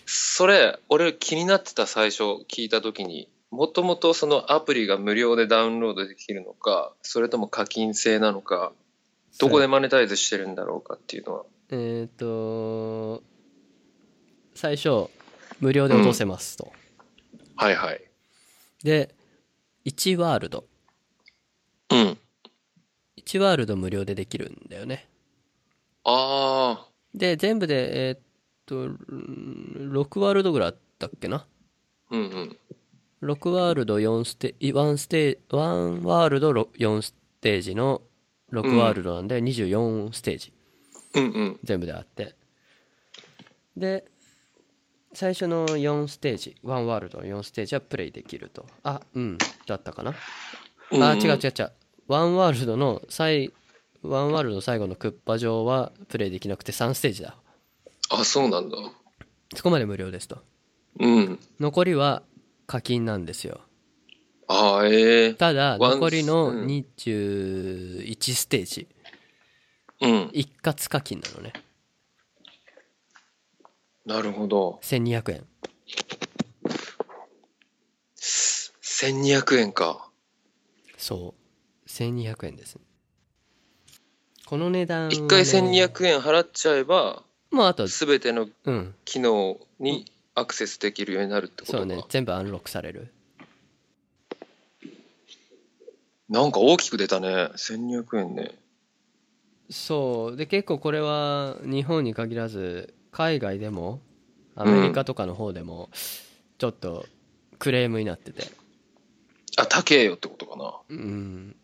A: それ、俺気になってた最初聞いた時に、もともとそのアプリが無料でダウンロードできるのか、それとも課金制なのか、どこでマネタイズしてるんだろうかっていうのは。
B: えっ、と最初、無料で落とせますと。
A: はいはい。
B: で、1ワールド。
A: うん。
B: 1ワールド無料でできるんだよね。
A: ああ、
B: で、全部で、えっ、と、うん6ワールドぐらいあったっけな。
A: うんうん。
B: 6ワールド4ステ、1ステージ、1ワールド4ステージの6ワールドなんで24ステージ。
A: うんうん。
B: 全部であってで最初の4ステージワンワールドの4ステージはプレイできるとあうんだったかな、
A: うん
B: あ違う違う違うワンワールドの最ワンワールドの最後のクッパ城はプレイできなくて3ステージだ
A: あ、そうなんだ。
B: そこまで無料ですと
A: うん。
B: 残りは課金なんですよ
A: ああ、ええ
B: ただ
A: ワン
B: 残りの
A: うん
B: 21ステージ
A: うん。
B: 一括課金なのね
A: なるほど。
B: 1200円
A: 1200円か。
B: そう1200円ですこの値段はね
A: 一回1200円払っちゃえば、
B: まああと
A: すべての
B: うん
A: 機能にアクセスできるようになるってことか。
B: そうね全部アンロックされる
A: なんか大きく出たね。1200円ね。
B: そうで結構これは日本に限らず海外でもアメリカとかの方でもちょっとクレームになってて
A: あ、高えよってことかな。
B: うん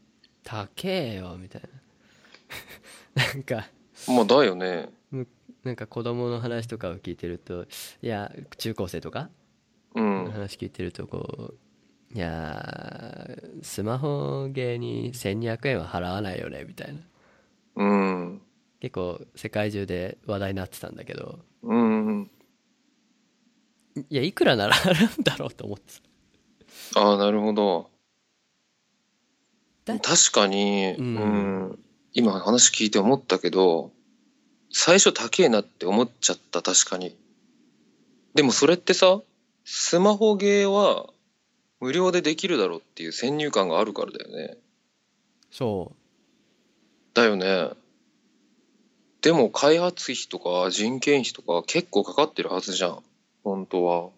B: 高えよみたいな なんか
A: まあ、だよね。
B: なんか子供の話とかを聞いてるといや中高生とか
A: うん。
B: 話聞いてるとこういやースマホゲーに1200円は払わないよねみたいな
A: うん。
B: 結構世界中で話題になってたんだけど
A: うん。
B: いやいくらなら払うんだろうと思ってた
A: ああ、なるほど。
B: だ
A: 確かに、う
B: う
A: んん、今話聞いて思ったけど、最初高えなって思っちゃった、確かに。でもそれってさ、スマホゲーは無料でできるだろうっていう先入観があるからだよね。
B: そ
A: だよねでも開発費とか人件費とか結構かかってるはずじゃん本当は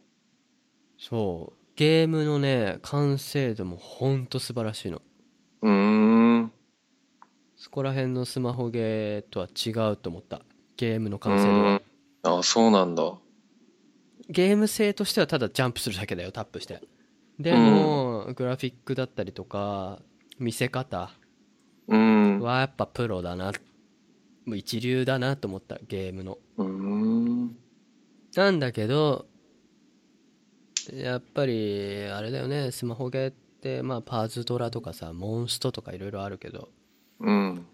B: そうゲームのね完成度もほんと素晴らしいの
A: うーん
B: そこら辺のスマホゲーとは違うと思ったゲームの完成度
A: う
B: は
A: んあそうなんだ
B: ゲーム性としてはただジャンプするだけだよタップしてでも、グラフィックだったりとか見せ方
A: うんう
B: はやっぱプロだなもう一流だなと思ったゲームの
A: ーん
B: なんだけどやっぱりあれだよねスマホゲーってまあパズドラとかさモンストとかいろいろあるけど
A: うん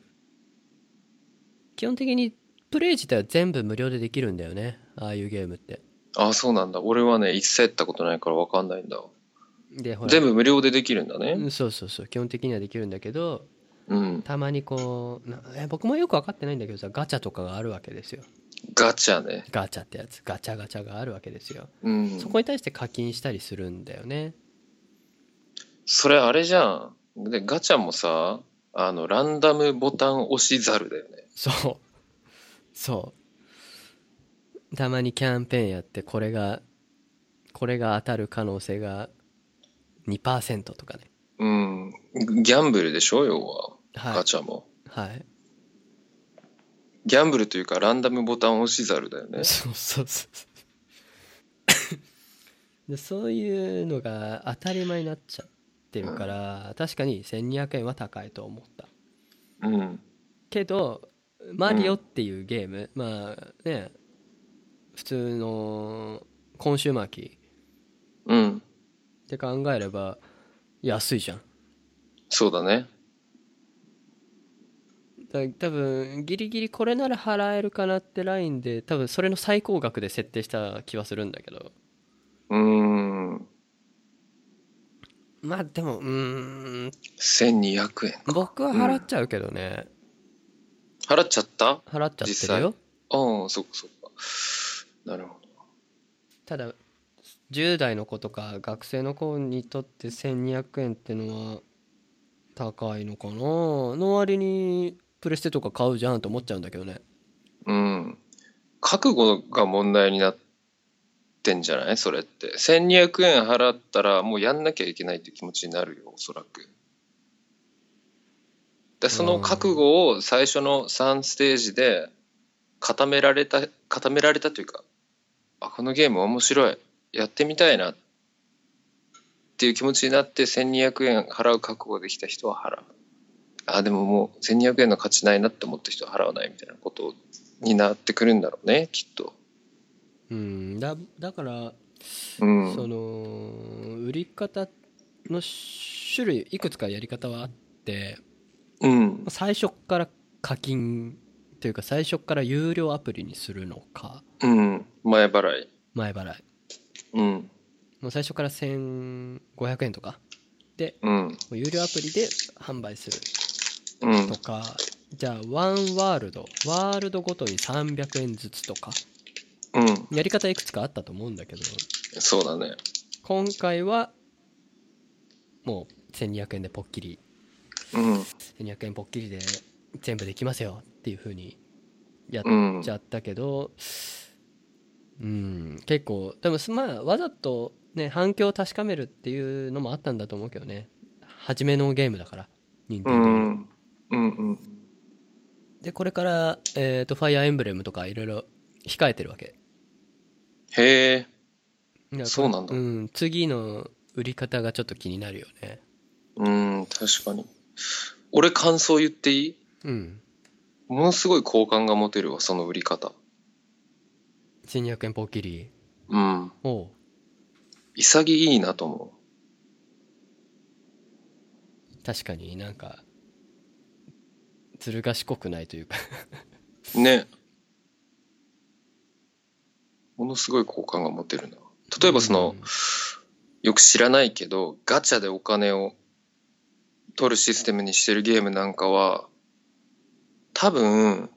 B: 基本的にプレイ自体は全部無料でできるんだよねああいうゲームって
A: あそうなんだ俺はね一切やったことないから分かんないんだ
B: でほら
A: 全部無料でできるんだ
B: う
A: ね
B: んそうそうそう基本的にはできるんだけど
A: うん
B: たまにこうなえ僕もよく分かってないんだけどさガチャとかがあるわけですよ
A: ガチャね
B: ガチャってやつガチャガチャがあるわけですよ
A: うん
B: そこに対して課金したりするんだよね
A: それあれじゃんでガチャもさあのランダムボタン押しざるだよね
B: そうそうたまにキャンペーンやってこれがこれが当たる可能性が2%とかね
A: うんギャンブルでしょ要は
B: は
A: ガ
B: い
A: チャも、
B: はい
A: ギャンブルというかランダムボタン押しざるだよね
B: そうそうそうでそういうのが当たり前になっちゃってるから、確かに1200円は高いと思った
A: うん
B: けど「マリオ」っていうゲーム、まあね普通のコンシューマー機
A: うん
B: って考えれば安いじゃん
A: そうだね
B: だ多分ギリギリこれなら払えるかなってラインで多分それの最高額で設定した気はするんだけど
A: うーん
B: まあでもうーん
A: 1200円
B: 僕は払っちゃうけどね、
A: 払っちゃった
B: 払っちゃってるよ
A: ああそっかそっかなるほど
B: ただ10代の子とか学生の子にとって1200円ってのは高いのかなの割にプレステとか買うじゃんと思っちゃうんだけどね
A: うん覚悟が問題になってんじゃないそれって1200円払ったらもうやんなきゃいけないって気持ちになるよおそらくでその覚悟を最初の3ステージで固められた固められたというかあこのゲーム面白いやってみたいなっていう気持ちになって1200円払う覚悟ができた人は払うあでももう1200円の価値ないなって思った人は払わないみたいなことになってくるんだろうねきっと
B: うんだだから
A: うん
B: その売り方の種類いくつかやり方はあって
A: うん
B: 最初っから課金というか最初っから有料アプリにするのか
A: うん前払い
B: 前払い
A: うん
B: もう最初から1500円とかで
A: うん
B: もう有料アプリで販売する
A: うん
B: とかじゃあワンワールドワールドごとに300円ずつとか
A: うん
B: やり方いくつかあったと思うんだけど
A: そうだね
B: 今回はもう1200円でポッキリ
A: うん
B: 1200円ぽっきりで全部できますよっていう風にやっ
A: うん
B: ちゃったけどうん結構でもすまあわざとね反響を確かめるっていうのもあったんだと思うけどね初めのゲームだから任
A: う
B: 天堂の
A: んうんうん
B: でこれからえっ、とファイアーエンブレムとかいろいろ控えてるわけ
A: へえ
B: だから
A: そうなんだ
B: うん次の売り方がちょっと気になるよね
A: うん確かに俺感想言っていい
B: うん
A: ものすごい好感が持てるわその売り方
B: 1200円ぽっきり
A: うん
B: おう
A: 潔いなと思
B: 確かになんかずる賢くないというか
A: うねものすごい好感が持てるな例えばその、よく知らないけどガチャでお金を取るシステムにしてるゲームなんかは多分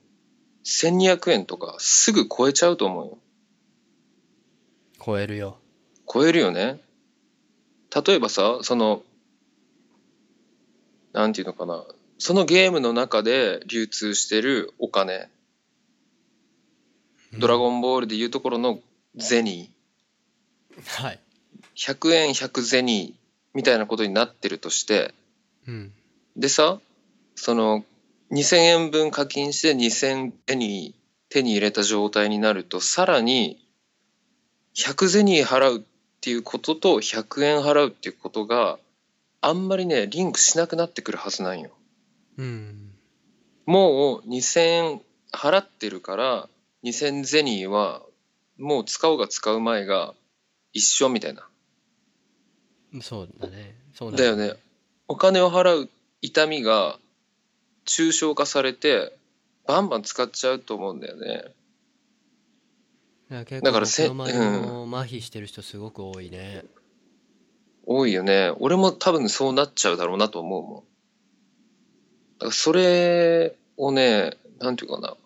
A: 1200円とかすぐ超えちゃうと思うよ
B: 超えるよ
A: 超えるよね例えばさそのなんていうのかなそのゲームの中で流通してるお金、ドラ
B: ン。
A: ゴンボールでいうところの銭、
B: はい。
A: 100円100銭みたいなことになってるとして、
B: うん。
A: でさ、その2000円分課金して2000銭手に入れた状態になると、さらに100銭払うっていうことと100円払うっていうことがあんまりね、リンクしなくなってくるはずなんよ。
B: うん。
A: もう2000円払ってるから2000ゼニーはもう使おうが使う前が一緒みたいな。
B: そうだね。そう
A: だよね。。お金を払う痛みが抽象化されてバンバン使っちゃうと思うんだよね。
B: だか
A: だ
B: らだ
A: か
B: からら
A: せ
B: せ、周りも麻痺してる人すごく多いね。
A: 多いよね。俺も多分そうなっちゃうだろうなと思うもん。だからそれをね、なんていうかな。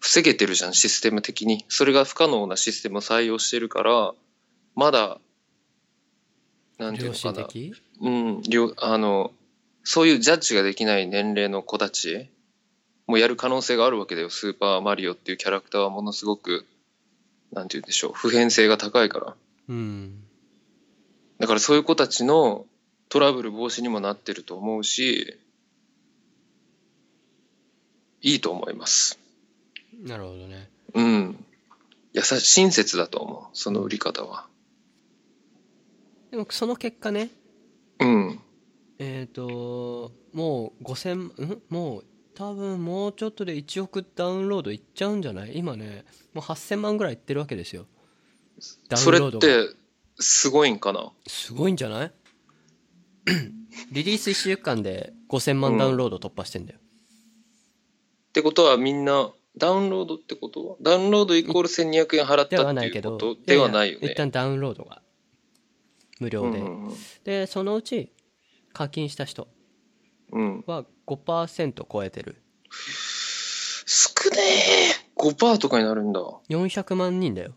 A: 防げてるじゃん、システム的に。それが不可能なシステムを採用してるから、まだ、なんていう
B: 良
A: のか
B: 心
A: な。
B: 的
A: うん、両あの、そういうジャッジができない年齢の子たちもやる可能性があるわけだよ。スーパーマリオっていうキャラクターはものすごく、なんていうんでしょう、普遍性が高いから。
B: うん。
A: だからそういう子たちのトラブル防止にもなってると思うし、いいと思います。
B: なるほどね。
A: うん。優し、親切だと思う。その売り方は。
B: でも、その結果ね、
A: うん。
B: えっ、と、もう5000、んもう、多分もうちょっとで1億ダウンロードいっちゃうんじゃない今ね、もう8000万ぐらいいってるわけですよ。ダウ
A: そ
B: ン
A: れ
B: ロー
A: っ
B: ドが。
A: て、すごいんかな
B: すごいんじ ゃないリリース1週間で5000万ダウンロード突破してんだよ。
A: ってことはみんなダウンロードってことはダウンロードイコール1200円払っ
B: で
A: た
B: は
A: っ
B: な
A: て
B: い
A: い
B: け
A: うこ
B: ど、
A: とではないよ
B: やや
A: ね
B: 一。旦ダウンロードが無
A: う
B: 料
A: ん
B: で。
A: うんうん
B: で、そのうち課金した人
A: うん、
B: は5%超えてる。
A: 少ねえ !5% とかになるんだ。
B: 400万人だよ。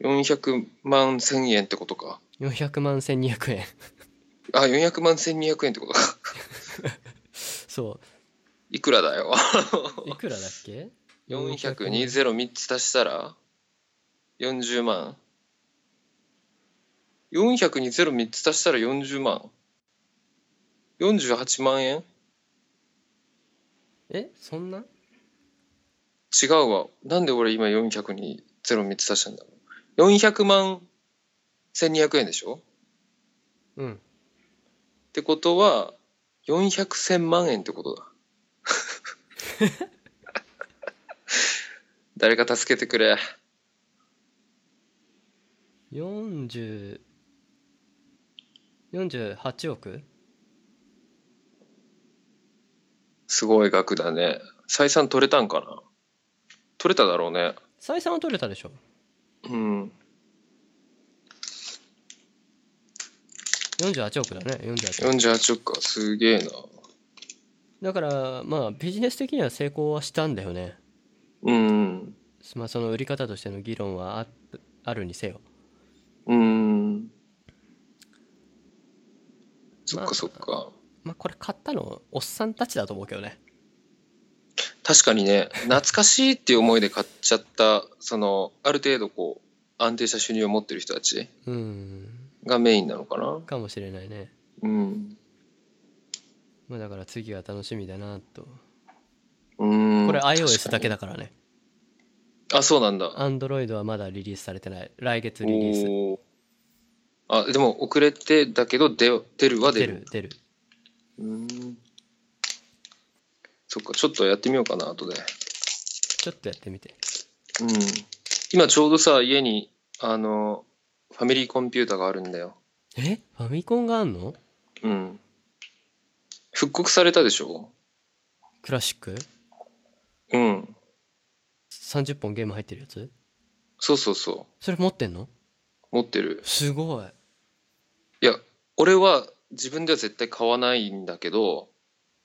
A: 400万1000円ってことか。
B: 400万1200円。
A: あ、400万1200円ってことか。
B: そ
A: いくらだよ。
B: う。いくらだっけ
A: 400、203つ足したら ?40 万 ?400、203つ足したら40万 ?48 万円
B: えそんな
A: 違うわ。なんで俺今400に03つ足したんだろう。400万1200円でしょ
B: うん。
A: ってことは、400千万円ってこと だ。誰か助けてくれ。
B: 40、48億
A: すごい額だね。採算取れたんかな取れただろうね。
B: 採算は取れたでしょ
A: うん。
B: 48億だね48億
A: 48億か。すげえな。
B: だからまあビジネス的には成功はしたんだよね
A: うん。
B: まあその売り方としての議論はああるにせよ
A: うん。そっ
B: ま
A: か
B: あ
A: そっか。
B: まあこれ買ったのおっさんたちだと思うけどね
A: 確かにね、懐かしいっていう思いで買っちゃった、その、ある程度こう、安定した収入を持ってる人たち
B: うん
A: がメインなのかな。
B: かもしれないね
A: うん。
B: まあだから次が楽しみだなと
A: うん。
B: これ iOS だけ
A: だ。
B: だからね
A: あ、そうなんだ。
B: Android はまだリリースされてない来月
A: お
B: リリース
A: ーあ、でも遅れてだけど出、出るは出
B: 出
A: る
B: る。出る
A: うん。そっか、ちょっとやってみようかな、後で。
B: ちょっとやってみて
A: うん。今ちょうどさ、家に、あの、ファミリーコンピューターがあるんだよ。
B: えファミコンがあんの
A: うん。復刻されたでしょ
B: クラシック
A: うん。
B: 30本ゲーム入ってるやつ
A: そうそうそ
B: それ持ってんの
A: う。持ってる。
B: すごい
A: いや、俺は自分では絶対買わないんだけど、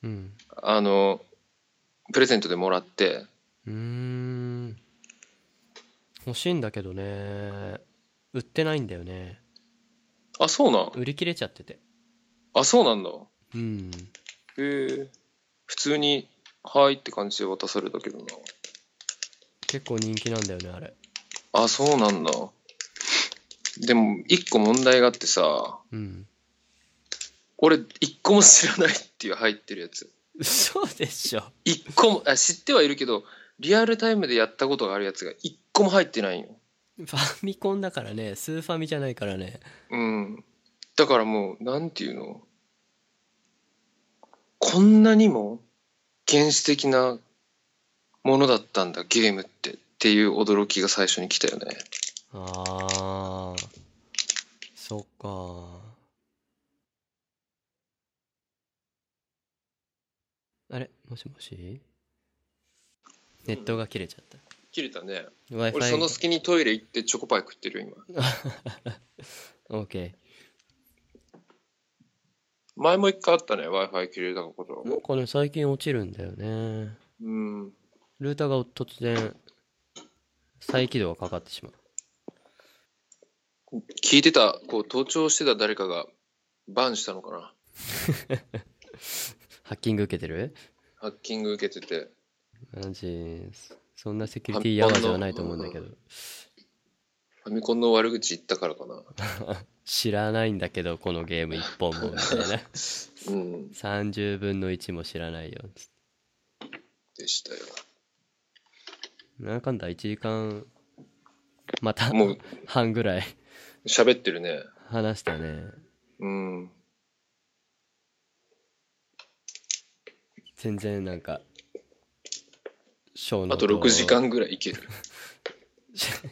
B: うん
A: あの、プレゼントでもらって、
B: うーん欲しいんだけどね売ってないんだよね
A: あ、そうなん
B: 売り切れちゃってて
A: あ、そうなんだ。
B: うん
A: へえ。普通に、はいって感じで渡されたけどな。
B: 結構人気なんだよねあれ
A: あ、そうなんだ。でも、一個問題があってさ、
B: うん
A: 俺、一個も知らないっていう入ってるやつ。
B: 嘘でしょ
A: 一個も、あ知ってはいるけど、リアルタイムでやったことがあるやつが一個も入ってないんよ。
B: ファミコンだからねスーファミじゃないからね
A: うん。だからもう、なんていうのこんなにも原始的なものだったんだ、ゲームって。っていう驚きが最初に来たよね。
B: あーそっかあれもしもしネットが切れちゃった
A: 切れたね。
B: w i
A: 俺、その
B: f
A: 隙にトイレ行ってチョコパイ食ってるよ、今。
B: i OK
A: 前も一回あったね、Wi-Fi 切れたこと。
B: なんかね最近落ちるんだよね
A: うん。
B: ルーターが突然再起動がかかってしまう
A: 聞いてた、こう、盗聴してた誰かがバンしたのかな。
B: ハッキング受けてる
A: ハッキング受けてて。
B: マジそそんなセキュリティやわじゃないと思うんだけど
A: ファミコンの悪口言ったからかな。
B: 知らないんだけどこのゲーム一本もみたい な
A: うん。
B: 30分の1も知らないよつって
A: でしたよ。
B: なんだかんだ1時間また
A: もう
B: 半ぐらい
A: 喋ってるね。
B: 話したね
A: うん。
B: 全然なんか小の
A: あと6時 間ぐらいいける。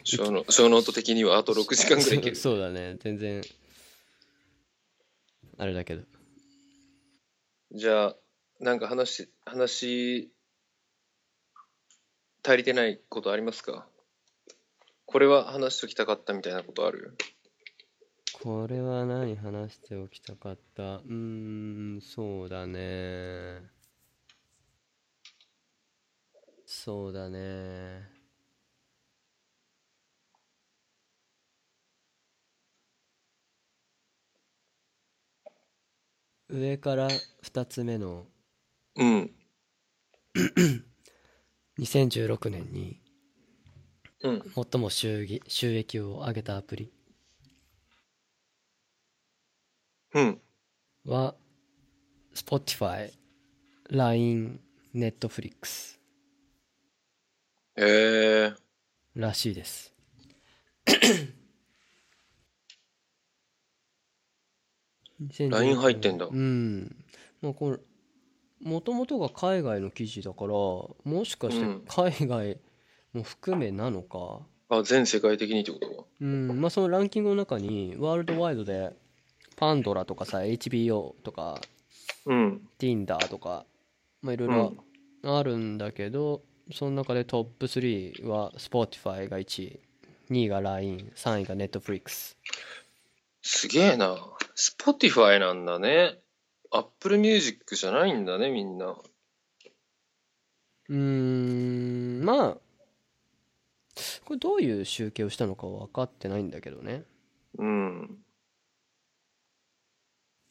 A: 小の小ノート的にはあと6時間ぐらいいける。
B: そうそうだね全然あれだけど
A: じゃあ、なんか話し、話、足りてないことありますかこれは話しときたかったみたいなことある
B: これは何話しておきたかったうーんそうだねそうだね上から2つ目の
A: うん。
B: 2016年に
A: うん。
B: 最も収益収益を上げたアプリ
A: うん。
B: は Spotify、LINE、Netflix
A: ええ
B: らし いです。
A: LINE 入ってんだ
B: うん。まあこれ、もともとが海外の記事だから、もしかして
A: うん
B: 海外も含めなのか。
A: あ、全世界的にってこと
B: うん。まあそのランキングの中に、ワールドワイドで、パンドラとかさ、HBO とか、
A: うん。
B: Tinder とか、まあ、いろいろあるんだけど、その中でトップ3は Spotify が1位2位が LINE3 位が Netflix
A: すげえな。Spotify なんだね。Apple Music じゃないんだね、みんな。
B: うーんまあこれどういう集計をしたのかは分かってないんだけどね
A: うん。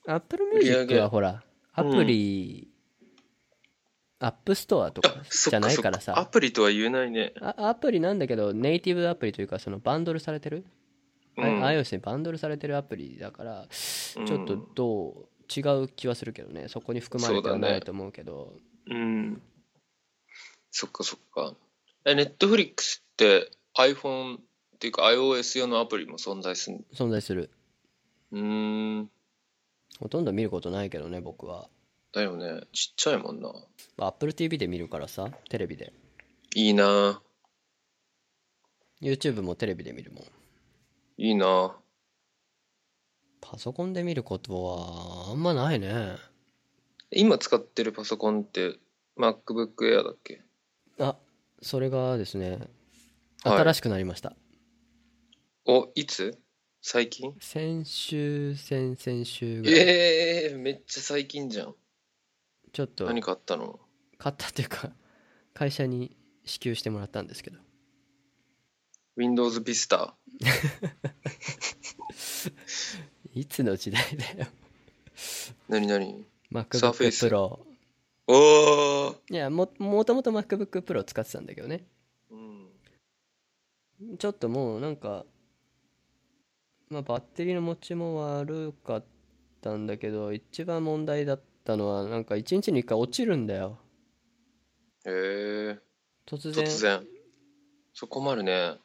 B: Apple
A: 売り上
B: Music
A: げ
B: はほらアプリ、アップストアとか
A: あ、そっ
B: じゃ
A: か
B: ない
A: そっ
B: から
A: か。ア
B: さ
A: プリとは言えないね。
B: あアプリなんだけどネイティブアプリというかそのバンドルされてる
A: う
B: あ
A: ん。
B: iOS にバンドルされてるアプリだから、
A: うん
B: ちょっとどう違う気はするけどね、そこに含まれてはないと思うけど、
A: うん。そっかそっか。え、Netflix って iPhone っていうか iOS 用のアプリも存在する。
B: 存在する。
A: うーん。
B: ほとんど見ることないけどね、僕は。
A: だよね。ちっちゃいもんな。
B: まあ Apple TV で見るからさ、テレビで。
A: いいな。
B: YouTube もテレビで見るもん。
A: いいな。
B: パソコンで見ることはあんまないね。
A: 今使ってるパソコンって MacBook Air だっけ
B: あ、それがですね、
A: はい
B: 新しくなりました。
A: お、いつ最近
B: 先週、先々週ぐらい、
A: ええー、めっちゃ最近じゃん。
B: ちょっと
A: 何かあったの
B: 買ったっていうか、会社に支給してもらったんですけど。
A: ?Windows Vista。
B: いつの時代だよ。
A: 何何
B: MacBook
A: Surface
B: Pro
A: おー
B: いやももともと MacBookPro 使ってたんだけどね
A: うん
B: ちょっともうなんか、まあ、バッテリーの持ちも悪かったんだけど一番問題だったのはなんか1日に1回落ちるんだよ
A: へえ
B: 突然
A: 突然そこ困るね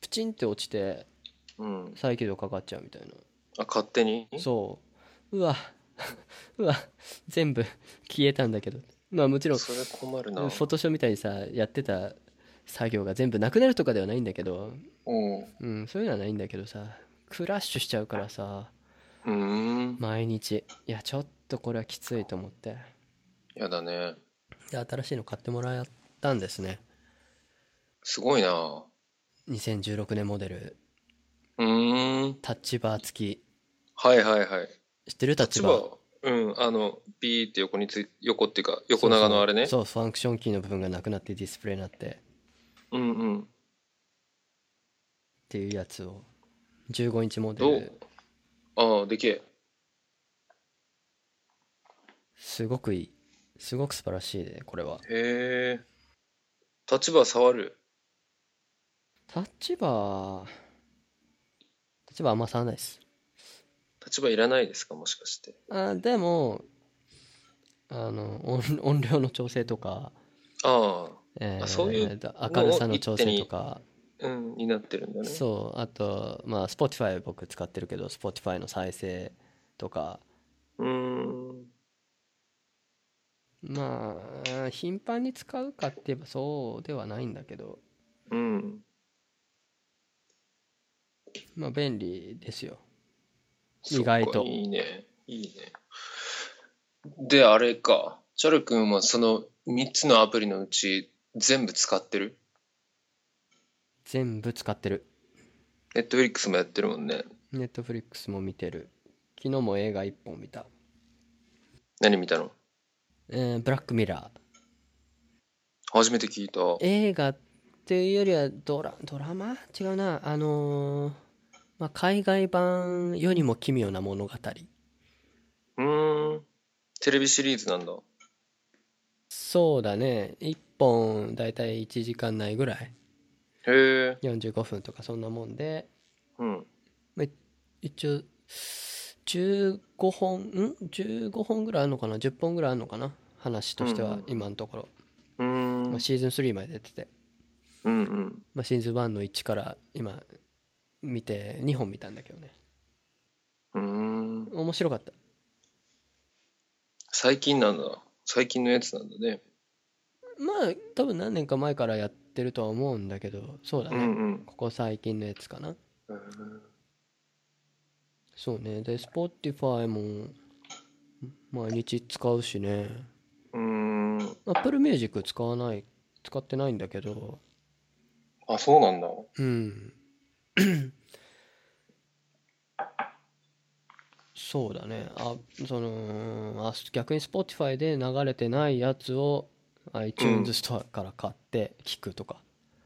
B: プチンって落ちて
A: うん
B: 再起動かかっちゃうみたいな
A: あ勝手に
B: そううわ うわ全部 消えたんだけどまあもちろん
A: それ困る
B: フ
A: な
B: ォトショーみたいにさやってた作業が全部なくなるとかではないんだけど
A: うんう
B: うんそういうのはないんだけどさクラッシュしちゃうからさ
A: ーん
B: 毎日いやちょっとこれはきついと思って
A: やだね
B: で新しいの買ってもらったんですね
A: すごいな
B: 2016年モデル
A: うーん
B: タッチバー付き
A: はいはいはい
B: 知ってるタッチ
A: 千
B: バー
A: 葉うんあのピーって横につい横っていうか横長のあれね
B: そうそうファンクションキーの部分がなくなってディスプレイになってっ
A: うんうん
B: ていうやつを15インチモデ
A: ど
B: ル
A: うああでけえ
B: すごくいいすごく素晴らしいでこれは
A: へえ。立場触る。
B: タッチバータッチバーあんま触らないです
A: 立場いらないですか、もしかして。
B: あでもあの音音量の調整とか、
A: あ
B: えー
A: そういう
B: と明るさの調整とか
A: あ、うん、になってるんだね。
B: そうあとまあ Spotify 僕使ってるけど Spotify の再生とか
A: うーん。
B: まあ頻繁に使うかって言えばそうではないんだけど
A: うん。
B: まあ便利ですよ
A: そっ
B: 意
A: か
B: 外と
A: いいね。いいね。で、あれか。チャル君はその3つのアプリのうち全部使ってる
B: 全部使ってる
A: ネットフリックスもやってるもんね。
B: Netflix も見てる昨日も映画1本見た、
A: 何見たの
B: えーブラックミラー
A: 初めて聞いた。
B: 映画っていうよりはドラドラマ違うなあのーまあ、海外版よりも奇妙な物語
A: うーん。テレビシリーズなんだ。
B: そうだね1本だいたい1時間ないぐらい
A: へえ。
B: 45分とかそんなもんで、
A: うん。
B: まあ、一応15本ん15本ぐらいあるのかな10本ぐらいあるのかな話として
A: う
B: は
A: ん
B: 今のところ、
A: うーん
B: まあ、。シーズン3まで出てて、
A: うんうん。
B: まあ、シーズン1の1から今見て2本見たんだけどね
A: うーん。
B: 面白かった
A: 最近なんだ最近のやつなんだね
B: まあ多分何年か前からやってるとは思うんだけどそうだ
A: う
B: ね、
A: んうん
B: ここ最近のやつかなそうねで Spotify も毎日使うしね
A: うんうーん
B: Apple Music 使わない使ってないんだけど
A: あそうなんだ
B: うんそうだねあそのあ逆に Spotify で流れてないやつを iTunes ストアから買って聞くとか、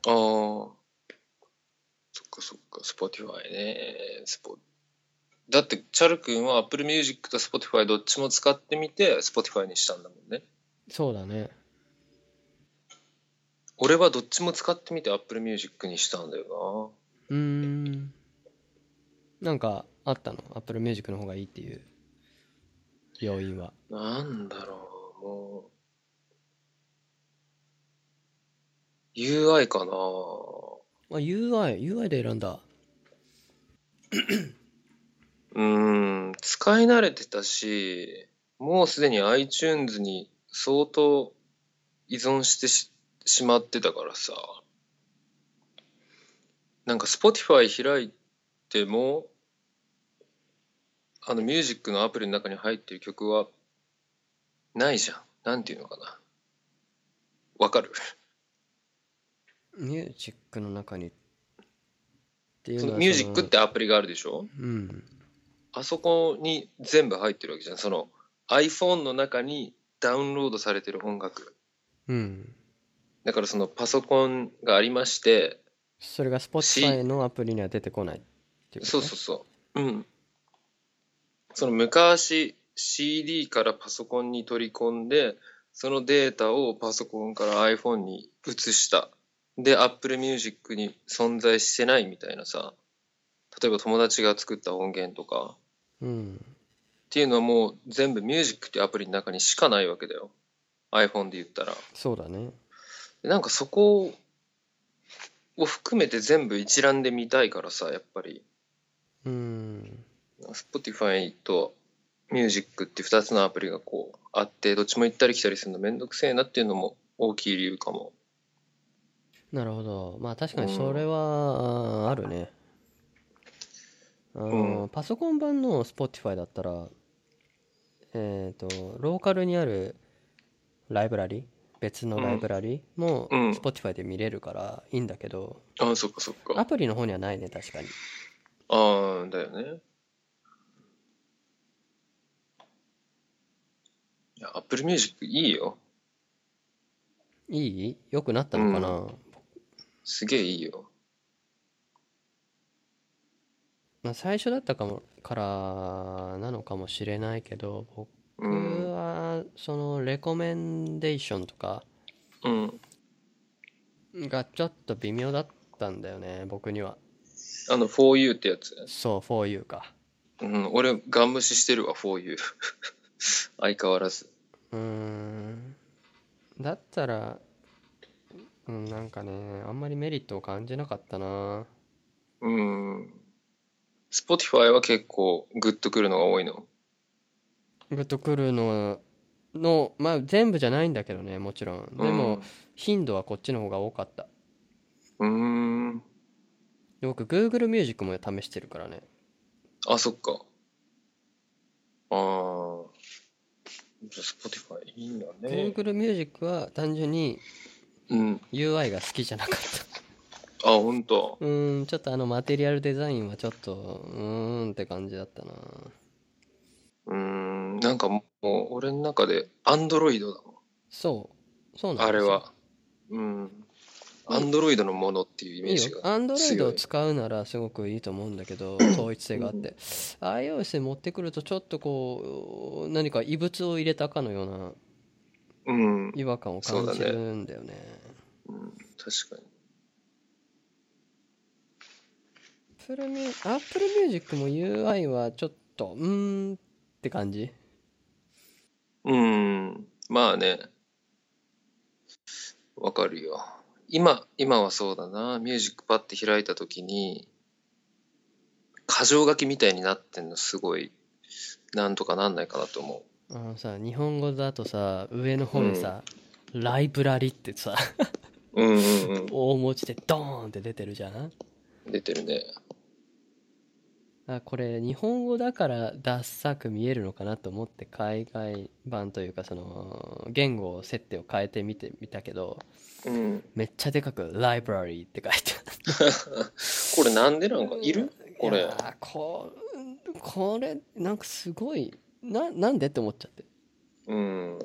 A: あーそっかそっか Spotify ねスポだってチャル君は Apple Music と Spotify どっちも使ってみて Spotify にしたんだもんね
B: そうだね
A: 俺はどっちも使ってみて Apple Music にしたんだよ
B: うーんなんかあったの Apple Music の方がいいっていう要因は
A: ななんだろうもう UI かな
B: あ UI UI で選んだ
A: うーん、使い慣れてたし、もうすでに iTunes に相当依存してししまってたからさ。なんか Spotify 開いても、あのミュージックのアプリの中に入ってる曲はないじゃん。なんていうのかな。わかる
B: ミュージックの中にっていう
A: その
B: のは
A: ミュージックっ
B: そ
A: てアプリがあるでしょ
B: のうん
A: あそこに全部入ってるわけじゃん。その iPhone の中にダウンロードされてる音楽。
B: うん
A: だからそのパソコンがありまして、
B: それが Spotify のアプリには出てこないっていうこと
A: そうそうそう。うん。その昔 CD からパソコンに取り込んで、そのデータをパソコンから iPhone に移した。で、Apple Music に存在してないみたいなさ、例えば友達が作った音源とか、
B: うん
A: っていうのはもう全部 Music っていうアプリの中にしかないわけだよ。iPhone で言ったら。
B: そうだね
A: でなんかそこを含めて全部一覧で見たいからさ、やっぱり。
B: うん、
A: Spotify と Music って2つのアプリがこうあってどっちも行ったり来たりするのめんどくせえなっていうのも大きい理由かも
B: なるほどまあ確かにそれは、あーあるねあの、
A: う
B: パソコン版の Spotify だったらえっ、とローカルにあるライブラリ別のライブラリも
A: うん
B: Spotify で見れるからいいんだけど、
A: あそっかそっ
B: ア
A: か
B: プリの方にはないね確かに
A: ああだよねいや Apple Music いいよ
B: いい良くなったのかな、
A: すげえいいよ
B: まあ、最初だったかもからなのかもしれないけど
A: う
B: 僕
A: ん
B: はそのレコメンデーションとか
A: うん
B: がちょっと微妙だったんだよね僕には
A: あの 4U ってやつ
B: そう 4U か
A: うん俺ガン無視してるわ 4U 相変わらず
B: うーんだったらうんなんかねあんまりメリットを感じなかったな
A: うん Spotify は結構グッとくるのが多いの
B: グッとくるののまあ全部じゃないんだけどねもちろんでも、頻度はこっちの方が多かった
A: うんうーん
B: で僕 Google ミュージックも試してるからね
A: あ、そっか。ああ。じゃあ、Spotify いいんだね。
B: Google ミュージックは単純に
A: うん。
B: UI が好きじゃなかった
A: あ、ほんと。
B: うーん、ちょっとあのマテリアルデザインはちょっと、うーんって感じだったな。
A: うーん。なんかもう、俺の中で、アンドロイドだもん。
B: そう。そうなん
A: あ
B: です
A: れ
B: よ。
A: は。うん。アンドロイドのものっていうイメ
B: い
A: ー
B: い
A: ジ
B: よ。
A: が。
B: アンドロイド
A: 強
B: を
A: い
B: 使うならすごくいいと思うんだけど、統一性があって。iOS に持ってくるとちょっとこう、何か異物を入れたかのような
A: うん。
B: 違和感を感じるんだよね。
A: うん確かに。
B: Apple Mu- Apple Music も UI はちょっと、うーんって感じ。
A: うん。まあね。わかるよ。今、今はそうだな。ミュージックパッて開いたときに、箇条書きみたいになってんの、すごい、なんとかなんないかなと思
B: あのさ、日本語だとさ、上の方にさ、ライブラリってさ、
A: う。うんうん
B: 大文字でドーンって出てるじゃん
A: うん。出てるね。
B: あこれ日本語だからダッサく見えるのかなと思って海外版というかその言語を設定を変えてみてみたけど
A: うん。
B: めっちゃでかく「ライブラリー」って書いてあ
A: これなんでなんか
B: る
A: いるこれ
B: いやーここれなんかすごいななんでって思っちゃって
A: うん。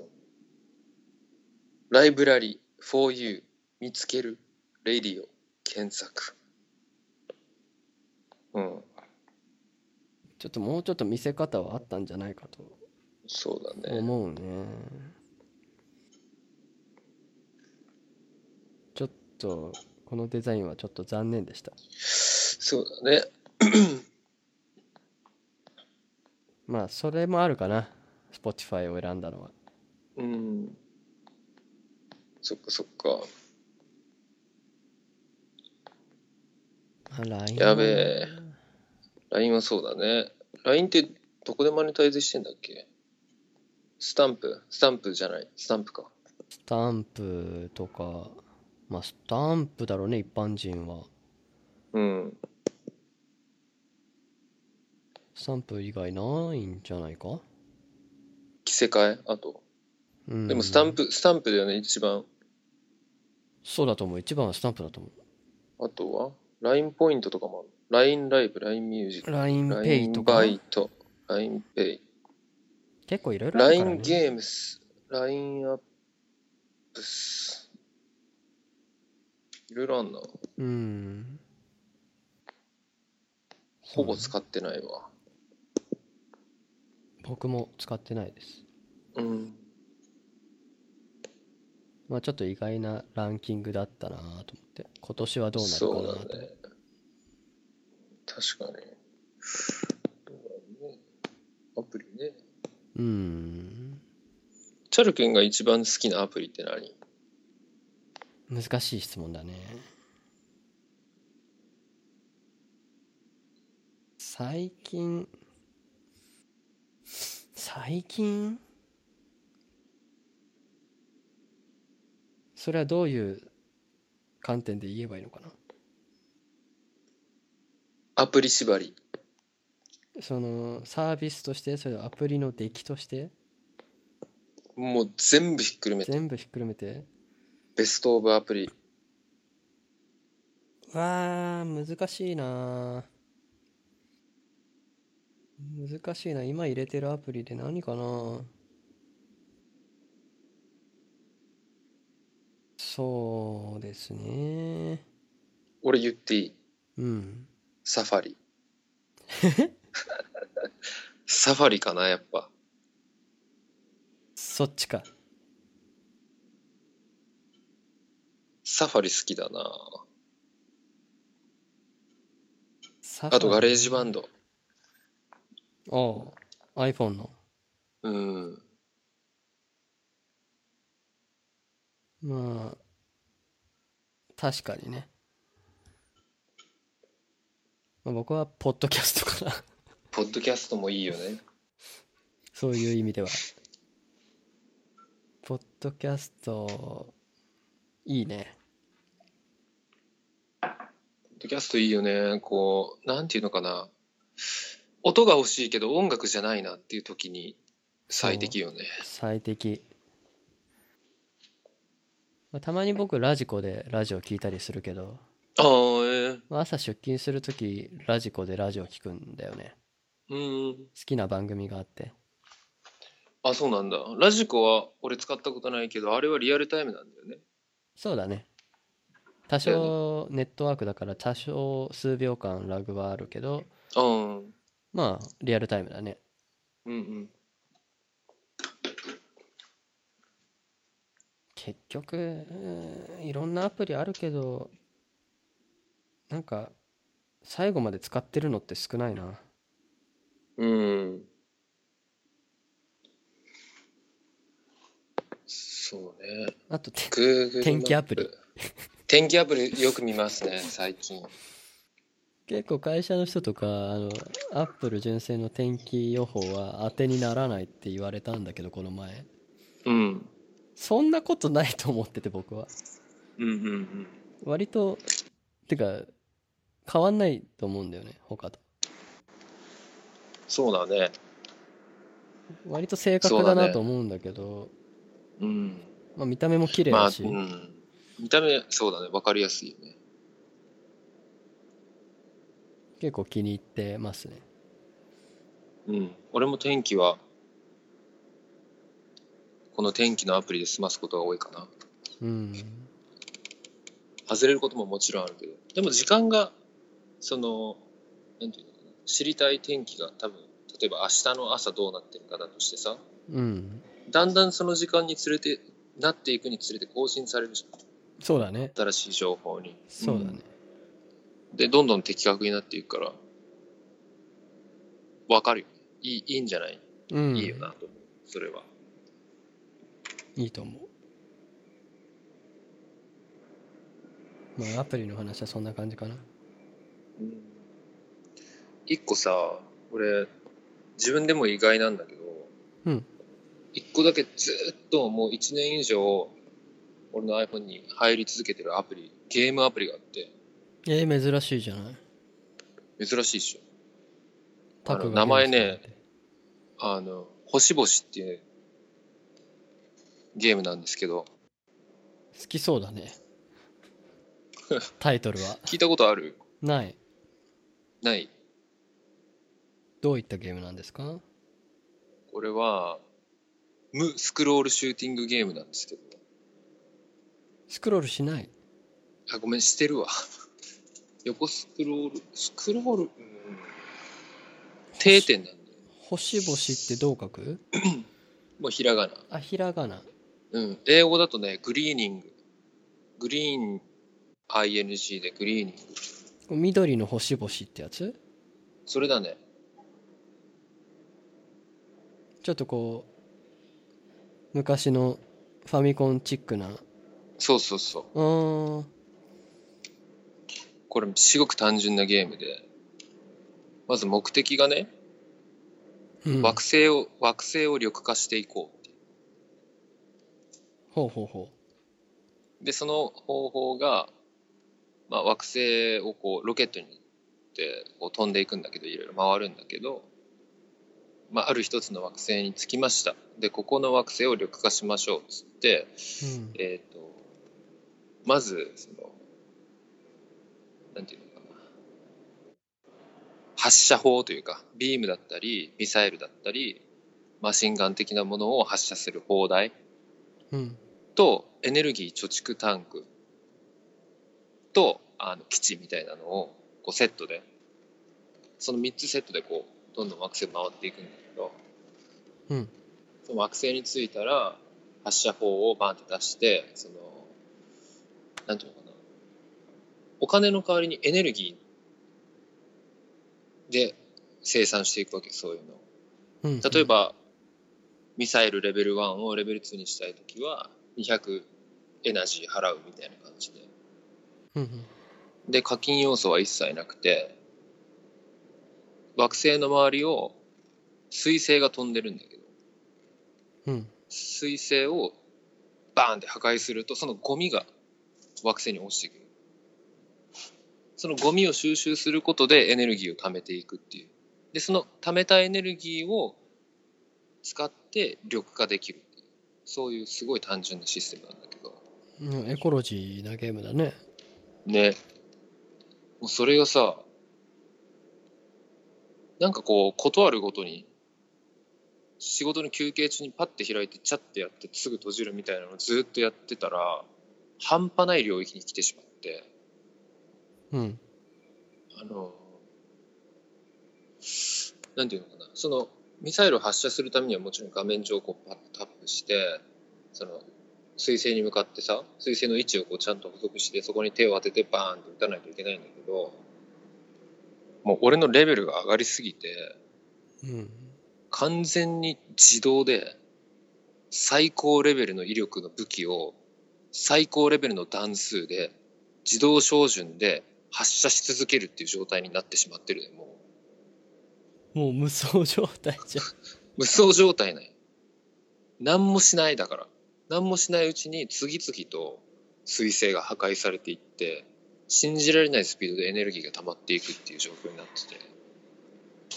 A: ライブラリ、for you、見つける、レディオ、検索。うん。
B: ちょっともうちょっと見せ方はあったんじゃないかと
A: そうだね。
B: 思うねちょっとこのデザインはちょっと残念でした
A: そうだね。
B: まあそれもあるかな Spotify を選んだのは
A: うん。そっかそっか。
B: あ LINE
A: やべえ LINE はそうだね。LINE ってどこでマネタイズしてんだっけスタンプスタンプじゃない。スタンプか。
B: スタンプとかまあスタンプだろうね一般人は
A: うん。
B: スタンプ以外ないんじゃないか、
A: 着せ替えあと。
B: うん、
A: でもスタンプ、スタンプだよね、一番。
B: そうだと思う一番はスタンプだと思
A: あとは ?LINE ポイントとかもある。LINE ライブ、LINE ミュージッ
B: う
A: ク、
B: LINEPay
A: LINE
B: とか
A: バイト、LINE ペイ、
B: 結構いろいろあるから、ね、
A: LINE ゲームス、LINE アップス。いろいろあんな。
B: うん
A: ほぼ使ってないわ。
B: 僕も使ってないです
A: うん。
B: まあちょっと意外なランキングだったなと思って、今年はどうなるかな
A: そう
B: と。
A: だね。確かに。どうだろうねアプリね。
B: うーん。
A: チャル君が一番好きなアプリって何
B: 難しい質問だね。最近、最近それはどういう観点で言えばいいのかな
A: アプリ縛り。
B: そのサービスとして、それはアプリの出来として、
A: もう全部ひっくるめて。
B: 全部ひっくるめて、
A: ベストオブアプリ。
B: わあ難しいな難しいな今入れてるアプリで何かなそうですね
A: 俺言っていい。
B: うん
A: サファ リ。サファリかな、やっぱ。
B: そっちか
A: サファリ好きだな。
B: サ
A: あと
B: ファ
A: ガレージバンド。
B: おう iPhone の
A: うん。
B: まあ確かにね、まあ、僕はポッドキャストかな
A: ポッドキャストもいいよね。
B: そういう意味では。ポッドキャスト、いいね。
A: ポッドキャストいいよね。こう、なんていうのかな。音が欲しいけど音楽じゃないなっていう時に最適よね。
B: 最適。まあ、たまに僕、ラジコでラジオ聞いたりするけど、
A: ああ、え
B: まあ、朝出勤するとき、ラジコでラジオ聞くんだよね。
A: えうん。
B: 好きな番組があって。
A: あ、そうなんだ。ラジコは俺使ったことないけど、あれはリアルタイムなんだよね。
B: そうだね。多少、ネットワークだから、多少数秒間ラグはあるけど、
A: うん。
B: まあ、リアルタイムだね。
A: うんうん。
B: 結局うーんいろんなアプリあるけどなんか最後まで使ってるのって少ないな
A: うん。そうね。
B: あとて
A: Google
B: 天気
A: マッ
B: アプリ
A: 天気アプリよく見ますね、最近。
B: 結構会社の人とかあのアップル純正の天気予報は当てにならないって言われたんだけどこの前
A: うん。
B: そんなことないと思ってて僕は
A: うんうんうん。
B: 割とてか変わんないと思うんだよね他と
A: そうだね。
B: 割と正確だ
A: そうだ
B: な
A: ね
B: と思うんだけど
A: うん。
B: まあ、見た目も綺麗
A: まあ、
B: だし、
A: うん。見た目、そうだね。わかりやすいよね。
B: 結構気に入ってますね
A: うん。俺も天気は、この天気のアプリで済ますことが多いかな。
B: うん
A: 外れることももちろんあるけど。でも時間が、その、なんていうのかな。知りたい天気が多分、例えば明日の朝どうなってるかだとしてさ、
B: うん
A: だんだんその時間につれて、なっていくにつれて更新されるじゃん
B: そうだね
A: 新しい情報に。
B: そうだね、
A: でどんどん的確になっていくからわかるよいいいいんじゃない、
B: うん、
A: いいよなと思うそれはい
B: いと思うまあアプリの話はそんな感じかな
A: 一個さ俺自分でも意外なんだけど、
B: うん
A: 一個だけずっともう1年以上俺の iPhone に入り続けてるアプリゲームアプリがあって
B: えー、珍しいじゃない
A: 珍しいっしょ
B: タクが
A: あの名前ねあの「星々」っていうゲームなんですけど
B: 好きそうだ ねタイトルは
A: 聞いたことある
B: ない
A: ない
B: どういったゲームなんですか
A: これは、無スクロールシューティングゲームなんですけど。
B: スクロールしない
A: あ、ごめん、してるわ。 横スクロール、スクロール、うん、定点なんだよ。
B: 星々ってどう書く
A: もうひらがな。
B: あひらがな
A: うん、英語だとね、グリーニング。グリーン、ING でグリーニング。
B: 緑の星々ってやつ
A: それだね。
B: ちょっとこう昔のファミコンチックな
A: そうそうそう。
B: うーん
A: これ、すごく単純なゲームで。まず目的がね、
B: うん
A: 惑星を、惑星を緑化していこう。
B: ほうほうほ
A: で、その方法が、まあ、惑星をこう、ロケットに乗ってこう飛んでいくんだけど、いろいろ回るんだけど、まあ、ある一つの惑星に着きました。で、ここの惑星を緑化しましょう、つって、
B: う、うん、
A: えっ、と、まず、その、なんていうのかな。発射法というか、ビームだったり、ミサイルだったり、マシンガン的なものを発射する砲台
B: うん
A: と、エネルギー貯蓄タンクと、あの、基地みたいなのを、こう、セットで、その3つセットで、こう、どんどん惑星回っていくんだけど、
B: うん
A: その惑星に着いたら発射砲をバンって出してそのなんていうのかなお金の代わりにエネルギーで生産していくわけそういうのを
B: うん
A: 例えば、ミサイルレベル1をレベル2にしたい時は200エナジー払うみたいな感じで
B: うんうん
A: で課金要素は一切なくて惑星の周りを彗星が飛んでるんだけど
B: うん
A: 彗星をバーンって破壊するとそのゴミが惑星に落ちてくるそのゴミを収集することでエネルギーを貯めていくっていうでその貯めたエネルギーを使って緑化できるっていうそういうすごい単純なシステムなんだけど
B: うんうんエコロジーなゲームだね
A: ねもうそれがさなんかこう事あるごとに仕事の休憩中にパッて開いてチャッてやってすぐ閉じるみたいなのをずっとやってたら半端ない領域に来てしまって
B: うん
A: あのなんていうのかなそのミサイルを発射するためにはもちろん画面上こうパッとタップしてその彗星に向かってさ彗星の位置をこうちゃんと補足してそこに手を当ててバーンって打たないといけないんだけどもう俺のレベルが上がりすぎて
B: うん
A: 完全に自動で最高レベルの威力の武器を最高レベルの段数で自動照準で発射し続けるっていう状態になってしまってるねもう
B: もう無双状態じゃん
A: 無双状態なんよ何もしないだから何もしないうちに次々と彗星が破壊されていって信じられないスピードでエネルギーが溜まっていくっていう状況になってて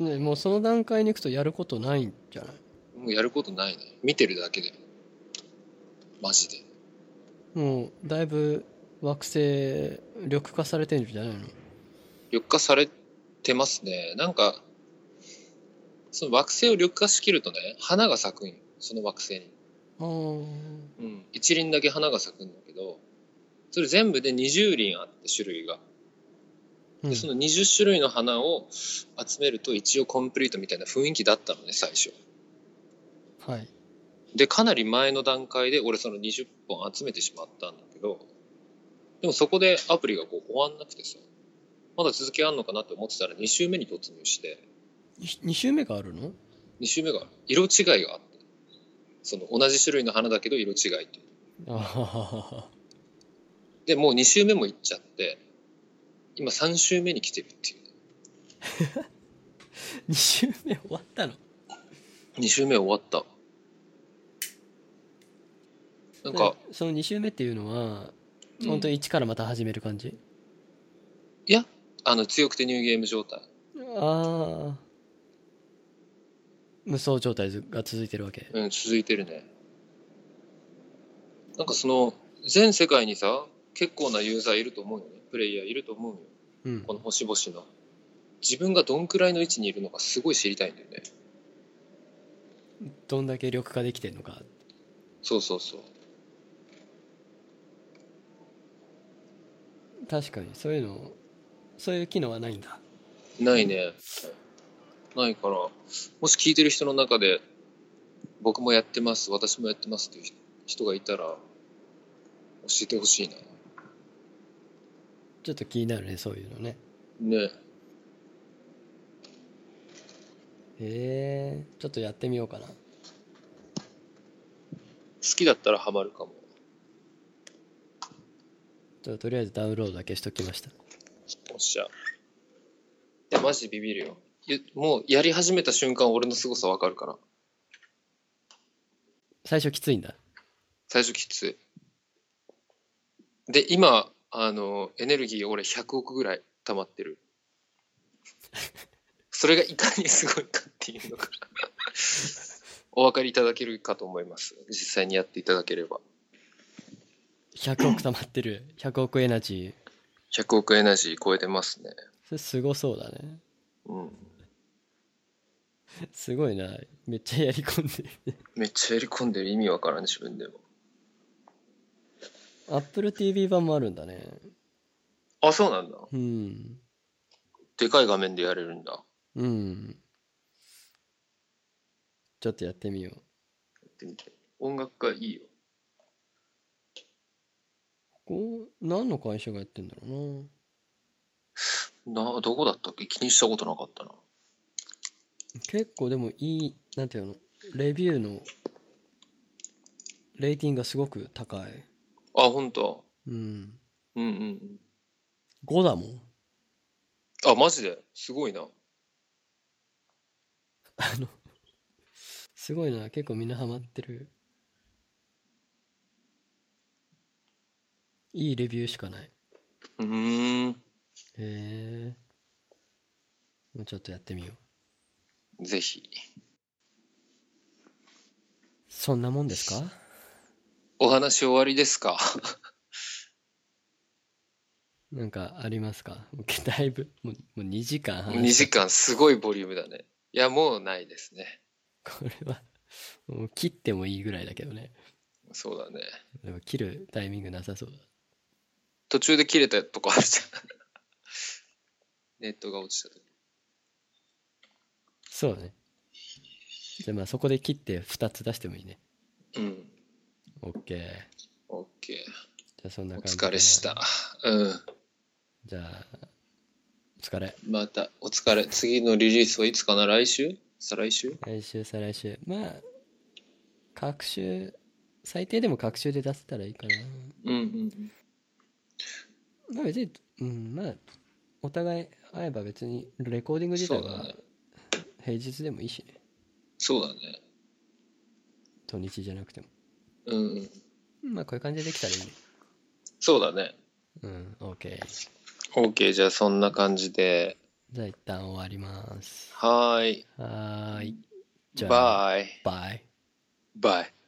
B: ねもうその段階に行くとやることないんじゃない
A: もうやることないね見てるだけでマジで
B: もうだいぶ惑星緑化されてるんじゃないの
A: 緑化されてますねなんかその惑星を緑化しきるとね花が咲くんよその惑星に、
B: あー
A: うん、一輪だけ花が咲くんだけどそれ全部で20輪あって種類がで
B: うん
A: その20種類の花を集めると一応コンプリートみたいな雰囲気だったのね最初
B: はい
A: でかなり前の段階で俺その20本集めてしまったんだけどでもそこでアプリがこう終わんなくてさまだ続きあんのかなって思ってたら2周目に突入して
B: 2周目があるの
A: 2周目が色違いがあってその同じ種類の花だけど色違いっていう
B: あ
A: でもう2周目も行っちゃって今3周目に来てるっていう
B: あ2周目終わったの
A: 2周目終わったなんか
B: でその2周目っていうのは、
A: うん
B: 本当に一からまた始める感じ
A: あの強くてニューゲーム状態
B: ああ無双状態が続いてるわけ
A: うん、続いてるね。なんかその、全世界にさ、結構なユーザーいると思うよね。プレイヤーいると思うよ。
B: うん
A: この星々の。自分がどんくらいの位置にいるのかすごい知りたいんだよね。
B: どんだけ緑化できてるのか
A: そうそうそう。
B: 確かにそういうのそういう機能はないんだ
A: ないね。ないから、もし聞いてる人の中で、僕もやってます、私もやってますっていう人がいたら、教えてほしいな。
B: ちょっと気になるねそういうのね
A: ね。
B: へえちょっとやってみようかな
A: 好きだったらハマるかも。
B: ちょっととりあえずダウンロードだけしときました
A: おっしゃ。いや、マジでビビるよ。ゆもう、やり始めた瞬間、俺の凄さわかるから。
B: 最初きついんだ
A: 最初きつい。で、今、あの、エネルギー俺100億ぐらい溜まってる。 それがいかにすごいかっていうのが お分かりいただけるかと思います。実際にやっていただければ。
B: 100億溜まって る100億エナジー
A: 100億エナジー超えてますね。
B: それすごそうだね
A: うん。
B: すごいなめっちゃやり込んでる
A: めっちゃやり込んでる意味わからん、自分でも。
B: AppleTV 版もあるんだね
A: あ、そうなんだ。
B: うん
A: でかい画面でやれるんだ。や
B: うんちょっとやってみよう
A: ってみて。音楽がいいよ。
B: こう何の会社がやってんだろうな
A: な、どこだったっけ気にしたことなかったな。
B: 結構でもいいなんていうのレビューのレーティングがすごく高い
A: あ、ほんと。
B: うん
A: うんうんうん。
B: 5だもん
A: あ、マジですごいな。
B: あのすごいな結構みんなハマってるいいレビューしかないう
A: ーん。
B: へえもうちょっとやってみよう
A: ぜひ。
B: そんなもんですか
A: お話終わりですか
B: なんかありますかもうだいぶもうもう2時間
A: ?2
B: 話し
A: 時間すごいボリュームだね。いや、もうないですね。
B: たこれはもう切ってもいいぐらいだけどね
A: そうだね。
B: でも切るタイミングなさそうだ
A: 途中で切れたとこあるじゃん。 ネットが落ちたと
B: そうねじゃあまあそこで切って2つ出してもいいね
A: き。うん。
B: OK じゃ
A: OK。
B: あそんな
A: お
B: 感じで
A: 疲れした。うん。
B: じゃあお疲れ
A: また、お疲れ。次のリリースはいつかな来週再来週
B: 来週再来週まあ各週最低でも各週で出せたらいいかな
A: うんうん。
B: まあ別にうんまあお互い会えば別にレコーディング自体
A: そうだ
B: は
A: ね
B: 平日でもいいしね
A: そうだね。
B: 土日じゃなくても
A: うんうん。
B: まあこういう感じでできたらいいね
A: そうだね。
B: うん OK
A: OK。じゃあ、そんな感じで。
B: じゃあ一旦終わります
A: はーい。
B: はーいじゃあ
A: バイ。
B: バイ
A: バイ。